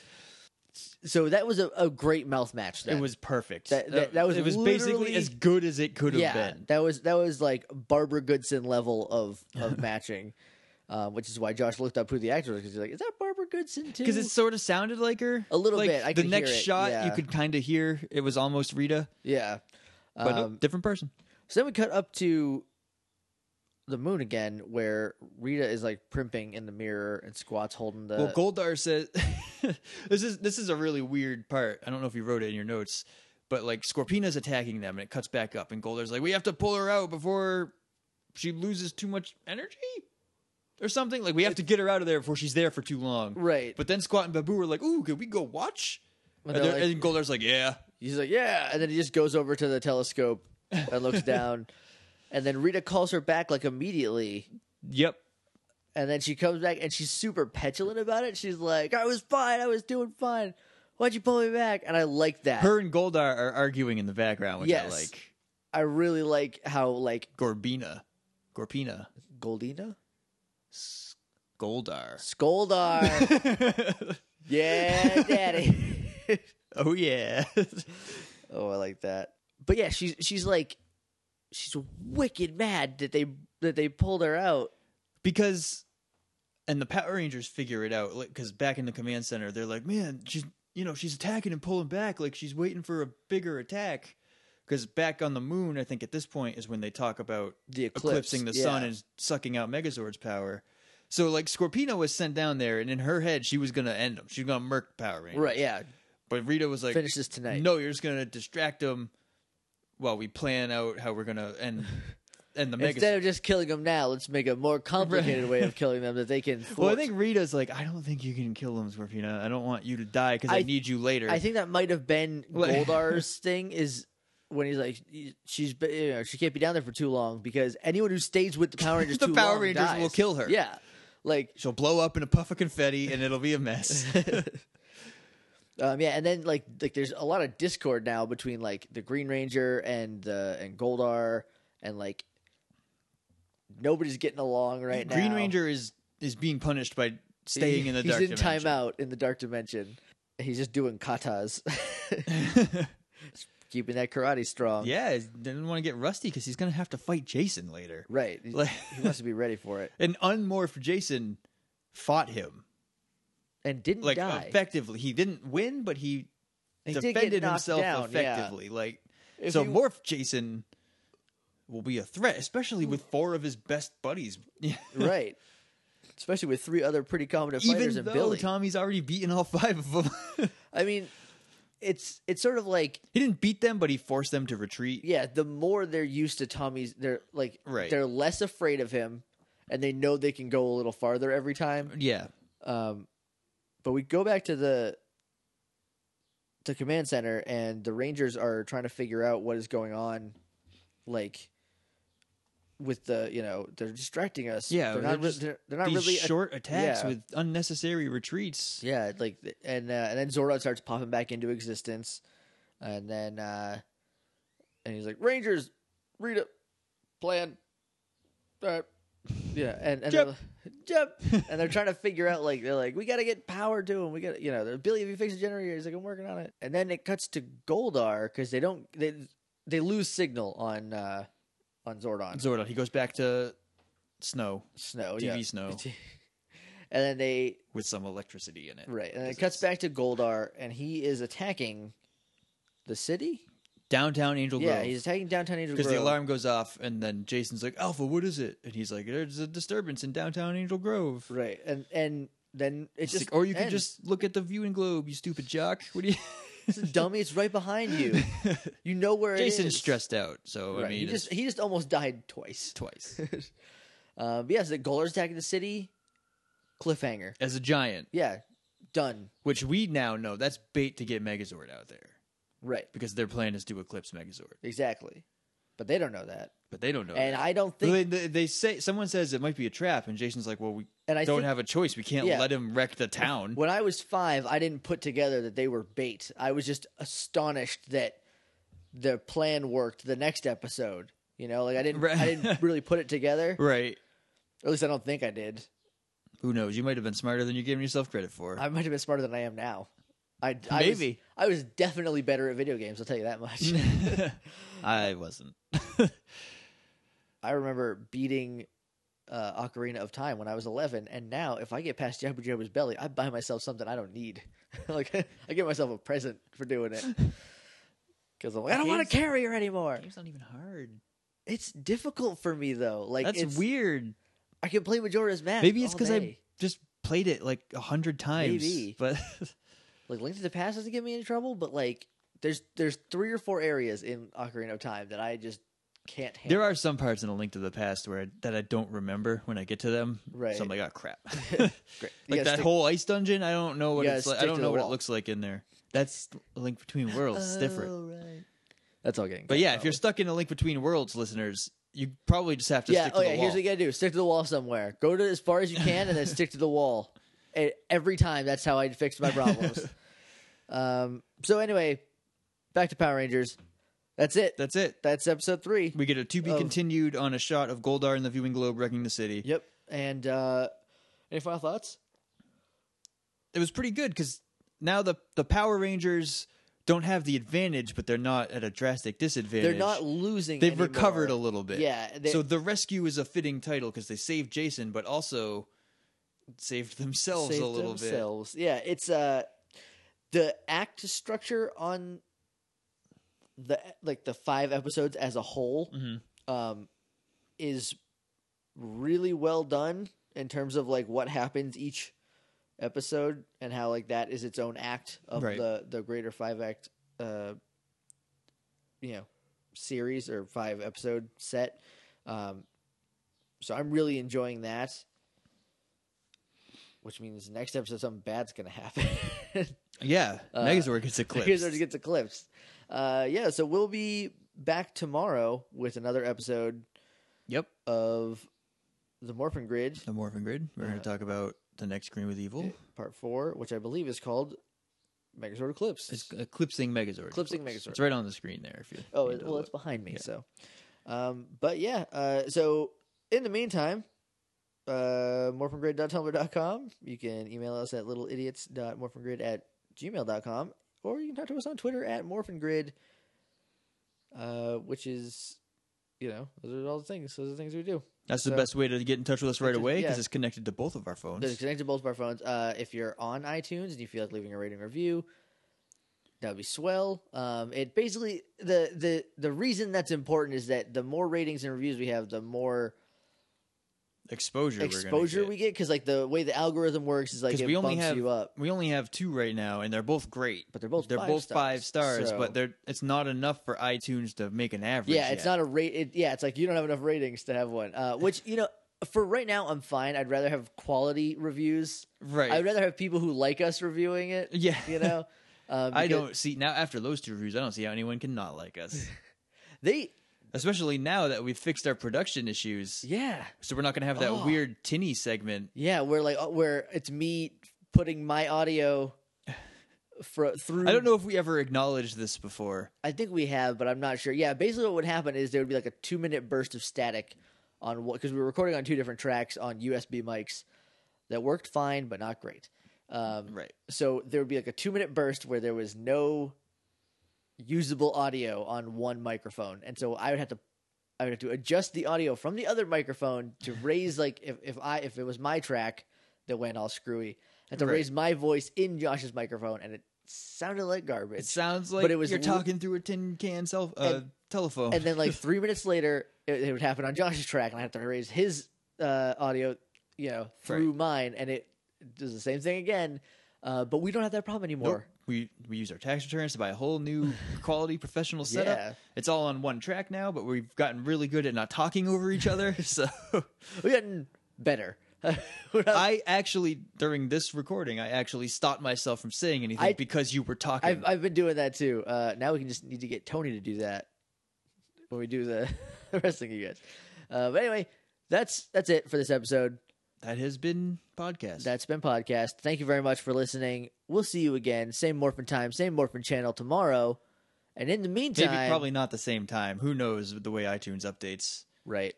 Speaker 1: So that was a, a great mouth match then.
Speaker 2: It was perfect.
Speaker 1: That- that- that was
Speaker 2: it was
Speaker 1: literally-
Speaker 2: basically as good as it could have
Speaker 1: yeah,
Speaker 2: been.
Speaker 1: that was that was like Barbara Goodson level of of matching. Um, which is why Josh looked up who the actor was because he's like, "Is that Barbara Goodson too?"
Speaker 2: Because it sort of sounded like her
Speaker 1: A little
Speaker 2: Like,
Speaker 1: bit, I
Speaker 2: the
Speaker 1: could
Speaker 2: next
Speaker 1: hear it,
Speaker 2: shot, you
Speaker 1: yeah.
Speaker 2: could kind of hear it was almost Rita,
Speaker 1: yeah,
Speaker 2: but nope,
Speaker 1: Um,
Speaker 2: different person.
Speaker 1: So then we cut up to the moon again, where Rita is like primping in the mirror and Squat's holding the.
Speaker 2: Well, Goldar says this is this is a really weird part. I don't know if you wrote it in your notes, but like Scorpina's attacking them and it cuts back up and Goldar's like, "We have to pull her out before she loses too much energy." or something. Like we have to get her out of there before she's there for too long.
Speaker 1: Right.
Speaker 2: But then Squat and Babu are like, "Ooh, could we go watch?"
Speaker 1: And
Speaker 2: And,
Speaker 1: they're
Speaker 2: they're-
Speaker 1: like-
Speaker 2: and Goldar's like, "Yeah."
Speaker 1: He's like, yeah, and then he just goes over to the telescope and looks down, and then Rita calls her back like immediately,
Speaker 2: Yep.
Speaker 1: and then she comes back and she's super petulant about it. She's like, I was fine, I was doing fine. Why'd you pull me back? And I like that.
Speaker 2: Her and Goldar are arguing in the background, which
Speaker 1: Yes.
Speaker 2: I like.
Speaker 1: I really like how like
Speaker 2: Gorbina, Gorpina,
Speaker 1: Goldina,
Speaker 2: S- Goldar.
Speaker 1: Skoldar, uh, yeah, daddy.
Speaker 2: oh yeah.
Speaker 1: oh, I like that. But yeah, she's she's like, she's wicked mad that they that they pulled her out.
Speaker 2: because and the Power Rangers figure it out because back in the command center they're like, man, she's you know she's attacking and pulling back like she's waiting for a bigger attack. Because back on the moon, I think at this point is when they talk about
Speaker 1: The eclipse.
Speaker 2: eclipsing the
Speaker 1: yeah.
Speaker 2: sun and sucking out Megazord's power. So like Scorpino was sent down there, and in her head she was gonna end him. She was gonna murk Power Rangers.
Speaker 1: right. Yeah,
Speaker 2: But Rita was like,
Speaker 1: finish this tonight.
Speaker 2: no, you're just gonna distract him while we plan out how we're gonna end end the Megazord.
Speaker 1: Instead of just killing them now, let's make a more complicated way of killing them that they can.
Speaker 2: Well, I
Speaker 1: thwart.
Speaker 2: think Rita's like, I don't think you can kill him, Scorpina. I don't want you to die because I,
Speaker 1: I-
Speaker 2: need you later.
Speaker 1: I think that might have been
Speaker 2: Well-
Speaker 1: Goldar's thing is when he's like, she's been- you know, she can't be down there for too long because anyone who stays with the Power Rangers,
Speaker 2: The
Speaker 1: too
Speaker 2: Power
Speaker 1: long
Speaker 2: Rangers
Speaker 1: dies.
Speaker 2: will kill her.
Speaker 1: Yeah, like
Speaker 2: She'll blow up in a puff of confetti and it'll be a mess.
Speaker 1: um, yeah, and then like like there's a lot of discord now between like the Green Ranger and the and Goldar and like nobody's getting along right now.
Speaker 2: Green Ranger is is being punished by staying
Speaker 1: He-
Speaker 2: in the
Speaker 1: he's
Speaker 2: dark
Speaker 1: in
Speaker 2: dimension.
Speaker 1: timeout in the dark dimension. He's just doing katas, keeping that karate strong.
Speaker 2: yeah, he doesn't want to get rusty because he's gonna have to fight Jason later.
Speaker 1: Right. He,
Speaker 2: Like-
Speaker 1: he wants to be ready for it.
Speaker 2: An unmorphed Jason fought him
Speaker 1: And didn't
Speaker 2: like uh,
Speaker 1: die.
Speaker 2: effectively. He didn't win, but he
Speaker 1: He did get
Speaker 2: defended
Speaker 1: knocked
Speaker 2: himself
Speaker 1: down, yeah.
Speaker 2: effectively. Like
Speaker 1: If
Speaker 2: so,
Speaker 1: he-
Speaker 2: morph Jason will be a threat, especially with four of his best buddies.
Speaker 1: right. Especially with three other pretty competent fighters
Speaker 2: Even
Speaker 1: and
Speaker 2: though
Speaker 1: Billy.
Speaker 2: Tommy's already beaten all five of them,
Speaker 1: I mean, it's it's sort of like
Speaker 2: he didn't beat them, but he forced them to retreat.
Speaker 1: yeah, the more they're used to Tommy's they're like
Speaker 2: Right.
Speaker 1: they're less afraid of him and they know they can go a little farther every time.
Speaker 2: Yeah,
Speaker 1: Um but we go back to the to command center and the Rangers are trying to figure out what is going on like with the you know they're distracting us
Speaker 2: Yeah,
Speaker 1: they're
Speaker 2: they're
Speaker 1: not re-
Speaker 2: just
Speaker 1: they're, they're not
Speaker 2: these
Speaker 1: really a-
Speaker 2: short attacks
Speaker 1: yeah.
Speaker 2: with unnecessary retreats.
Speaker 1: Yeah, it's like th- and uh, and then Zordon starts popping back into existence, and then uh and he's like Rangers, Rita, plan, all right, yeah, and and
Speaker 2: Jump.
Speaker 1: they're, jump, and they're trying to figure out like they're like we got to get power to him, we got to you know they're, Billy if you fix the generator, he's like I'm working on it, and then it cuts to Goldar because they don't they they lose signal on uh on Zordon
Speaker 2: Zordon, he goes back to snow
Speaker 1: Snow
Speaker 2: TV
Speaker 1: yeah.
Speaker 2: Snow.
Speaker 1: and then they
Speaker 2: with some electricity in it.
Speaker 1: Right, and it
Speaker 2: 'Cause
Speaker 1: cuts
Speaker 2: it's
Speaker 1: back to Goldar, and he is attacking the city.
Speaker 2: downtown Angel
Speaker 1: yeah,
Speaker 2: Grove.
Speaker 1: he's attacking downtown Angel
Speaker 2: because
Speaker 1: Grove.
Speaker 2: the alarm goes off, and then Jason's like, "Alpha, what is it?" And he's like, "There's a disturbance in downtown Angel Grove."
Speaker 1: Right, and and then it
Speaker 2: It's
Speaker 1: just
Speaker 2: like, or you
Speaker 1: ends.
Speaker 2: could just look at the viewing globe, you stupid jock. What do you?
Speaker 1: It's a dummy. It's right behind you. You know where it
Speaker 2: Jason's
Speaker 1: is.
Speaker 2: stressed out, so
Speaker 1: Right,
Speaker 2: I mean,
Speaker 1: he
Speaker 2: it's
Speaker 1: just he just almost died twice.
Speaker 2: twice
Speaker 1: Um, but yeah, so the Goldar's attacking the city. Cliffhanger.
Speaker 2: as a giant,
Speaker 1: Yeah, done.
Speaker 2: which we now know that's bait to get Megazord out there
Speaker 1: Right,
Speaker 2: because their plan is to eclipse Megazord,
Speaker 1: exactly. But they don't know that,
Speaker 2: but they don't know.
Speaker 1: and
Speaker 2: that.
Speaker 1: I don't think.
Speaker 2: they, they, they say someone says it might be a trap, and Jason's like, "Well, we
Speaker 1: and I
Speaker 2: don't
Speaker 1: think
Speaker 2: have a choice. We can't
Speaker 1: Yeah.
Speaker 2: let him wreck the town."
Speaker 1: When I was five, I didn't put together that they were bait. I was just astonished that their plan worked the next episode. You know, like I didn't,
Speaker 2: Right.
Speaker 1: I didn't really put it together.
Speaker 2: Right?
Speaker 1: Or at least I don't think I did.
Speaker 2: Who knows? You might have been smarter than you're giving yourself credit for.
Speaker 1: I might have been smarter than I am now. I, I was-
Speaker 2: Maybe.
Speaker 1: I was definitely better at video games. I'll tell you that much.
Speaker 2: I wasn't.
Speaker 1: I remember beating uh, Ocarina of Time when I was 11, and now if I get past Jabba Jabba's belly, I buy myself something I don't need. like I get myself a present for doing it because I'm like, I don't want
Speaker 2: Games-
Speaker 1: to carry her anymore.
Speaker 2: Game's not even hard.
Speaker 1: It's difficult for me though. Like
Speaker 2: That's
Speaker 1: it's,
Speaker 2: weird.
Speaker 1: I can play Majora's Mask.
Speaker 2: Maybe it's
Speaker 1: all
Speaker 2: because I
Speaker 1: day.
Speaker 2: just played it like a hundred times.
Speaker 1: Maybe.
Speaker 2: but
Speaker 1: like Link to the Past doesn't get me in trouble, but like there's there's three or four areas in Ocarina of Time that I just can't handle.
Speaker 2: There are some parts in A Link to the Past where I, that I don't remember when I get to them.
Speaker 1: Right.
Speaker 2: So I'm like, oh crap.
Speaker 1: Great. You
Speaker 2: like
Speaker 1: gotta
Speaker 2: that
Speaker 1: stick-
Speaker 2: whole ice dungeon, I don't know what
Speaker 1: You gotta
Speaker 2: it's like. I
Speaker 1: stick
Speaker 2: don't
Speaker 1: to
Speaker 2: know
Speaker 1: the
Speaker 2: what
Speaker 1: wall.
Speaker 2: it looks like in there. That's A Link Between Worlds. It's different.
Speaker 1: Oh, That's all getting.
Speaker 2: But
Speaker 1: cut,
Speaker 2: yeah, if
Speaker 1: probably.
Speaker 2: you're stuck in A Link Between Worlds, listeners, you probably just have to
Speaker 1: yeah,
Speaker 2: stick to
Speaker 1: oh
Speaker 2: the
Speaker 1: yeah.
Speaker 2: wall.
Speaker 1: Here's what you gotta do: stick to the wall somewhere. Go to as far as you can, and then stick to the wall. And every time, that's how I fixed my problems. um. So anyway, back to Power Rangers. That's it.
Speaker 2: That's it.
Speaker 1: That's episode three.
Speaker 2: We get a to be
Speaker 1: Of-
Speaker 2: continued on a shot of Goldar and the viewing globe wrecking the city.
Speaker 1: Yep. And uh any final thoughts?
Speaker 2: It was pretty good because now the the Power Rangers don't have the advantage, but they're not at a drastic disadvantage.
Speaker 1: They're not losing.
Speaker 2: They've
Speaker 1: anymore.
Speaker 2: recovered a little bit.
Speaker 1: Yeah, they-
Speaker 2: so the rescue is a fitting title because they saved Jason, but also saved themselves
Speaker 1: Saved
Speaker 2: a little
Speaker 1: themselves. Yeah, it's uh the act structure on the like the five episodes as a whole
Speaker 2: bit. Mhm.
Speaker 1: um is really well done in terms of like what happens each episode and how like that is its own act of
Speaker 2: Right.
Speaker 1: the the greater five act uh you know series or five episode set um so i'm really enjoying that which means next episode something bad's gonna happen
Speaker 2: Yeah,
Speaker 1: Uh,
Speaker 2: Megazord gets eclipsed.
Speaker 1: Here's where it gets eclipsed. Uh, yeah, so we'll be back tomorrow with another episode
Speaker 2: Yep,
Speaker 1: of the Morphin Grid,
Speaker 2: the Morphin Grid. We're going
Speaker 1: Uh,
Speaker 2: to talk about the next Green with Evil.
Speaker 1: part four, which I believe is called Megazord Eclipse.
Speaker 2: It's eclipsing Megazord.
Speaker 1: Eclipsing
Speaker 2: Eclipse.
Speaker 1: Megazord.
Speaker 2: It's right on the screen there. If you
Speaker 1: oh,
Speaker 2: need
Speaker 1: it,
Speaker 2: to
Speaker 1: well,
Speaker 2: look.
Speaker 1: it's behind me. So, um, but yeah, uh, so in the meantime. Uh, morphingrid.tumblr.com. You can email us at littleidiots.morphingrid at gmail.com or you can talk to us on Twitter at morphingrid, uh, which is, you know, those are all the things. Those are the things we do.
Speaker 2: That's the
Speaker 1: so-
Speaker 2: best way to get in touch with us right
Speaker 1: Which is-
Speaker 2: away because
Speaker 1: yeah.
Speaker 2: it's connected to both of our
Speaker 1: They're
Speaker 2: phones.
Speaker 1: connected both of our phones. Uh, if you're on iTunes and you feel like leaving a rating review, that would be swell. Um, it basically the the the reason that's important is that the more ratings and reviews we have, the more
Speaker 2: Exposure. we're gonna
Speaker 1: exposure
Speaker 2: get.
Speaker 1: we get. Because like the way the algorithm works is like
Speaker 2: 'Cause
Speaker 1: it
Speaker 2: we only
Speaker 1: bumps
Speaker 2: have-
Speaker 1: you up,
Speaker 2: we only have two right now, and they're both great.
Speaker 1: but they're both
Speaker 2: they're
Speaker 1: five
Speaker 2: both
Speaker 1: stars.
Speaker 2: five stars,
Speaker 1: So-
Speaker 2: but they're it's not enough for iTunes to make an average.
Speaker 1: yeah, it's
Speaker 2: yet.
Speaker 1: not a rate. It, yeah, it's like you don't have enough ratings to have one. Uh, which you know, for right now, I'm fine. I'd rather have quality reviews.
Speaker 2: right.
Speaker 1: I'd rather have people who like us reviewing it.
Speaker 2: yeah,
Speaker 1: You know. Uh,
Speaker 2: I
Speaker 1: because
Speaker 2: don't see now after those two reviews, I don't see how anyone can not like us,
Speaker 1: They,
Speaker 2: especially now that we've fixed our production issues.
Speaker 1: yeah,
Speaker 2: So we're not going to have that
Speaker 1: Oh.
Speaker 2: weird tinny segment.
Speaker 1: Yeah, where like uh, where it's me putting my audio fro through.
Speaker 2: I don't know if we ever acknowledged this before.
Speaker 1: I think we have, but I'm not sure. Yeah, basically what would happen is there would be like a two minute burst of static on what because we were recording on two different tracks on USB mics that worked fine but not great. Um,
Speaker 2: Right.
Speaker 1: so there would be like a two minute burst where there was no usable audio on one microphone, and so I would have to. I would have to adjust the audio from the other microphone to raise like if, if I if it was my track that went all screwy, I had to
Speaker 2: Right.
Speaker 1: raise my voice in Josh's microphone and it sounded like garbage.
Speaker 2: It sounds like
Speaker 1: it was
Speaker 2: you're
Speaker 1: l-
Speaker 2: talking through a tin can cell uh, telephone.
Speaker 1: and then like three minutes later, it, it would happen on Josh's track, and I have to raise his uh, audio, you know, through mine, and it does the same thing again. Uh, but we don't have that problem
Speaker 2: Nope.
Speaker 1: anymore.
Speaker 2: we we use our tax returns to buy a whole new quality professional setup.
Speaker 1: Yeah.
Speaker 2: It's all on one track now, but we've gotten really good at not talking over each other. So
Speaker 1: Uh, We're getting better. We're not-
Speaker 2: I actually during this recording, I actually stopped myself from saying anything
Speaker 1: I-
Speaker 2: because you were talking.
Speaker 1: I've uh, I've been doing that too. Uh, now we can just need to get Tony to do that when we do the the wrestling, you guys. Uh, but anyway, that's that's it for this episode.
Speaker 2: that has been podcast.
Speaker 1: That's been podcast. Thank you very much for listening. We'll see you again, same Morphin time, same Morphin channel tomorrow. And in the meantime,
Speaker 2: Maybe probably not the same time. Who knows with the way iTunes updates?
Speaker 1: Right.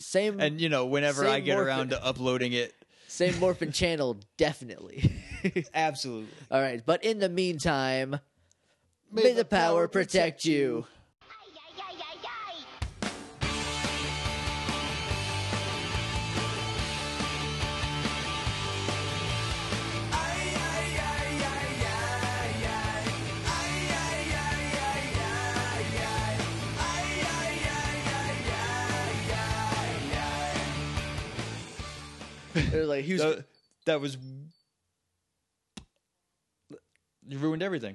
Speaker 1: Same
Speaker 2: And you know, whenever
Speaker 1: Hmm. Same
Speaker 2: I get
Speaker 1: morphin-
Speaker 2: around to uploading it,
Speaker 1: same morphin channel, definitely.
Speaker 2: absolutely.
Speaker 1: All right, but in the meantime, may, the, power, protect, you.
Speaker 3: Ay, ay, ay, ay, ay.
Speaker 1: They're like, he was
Speaker 2: That, that was you ruined everything.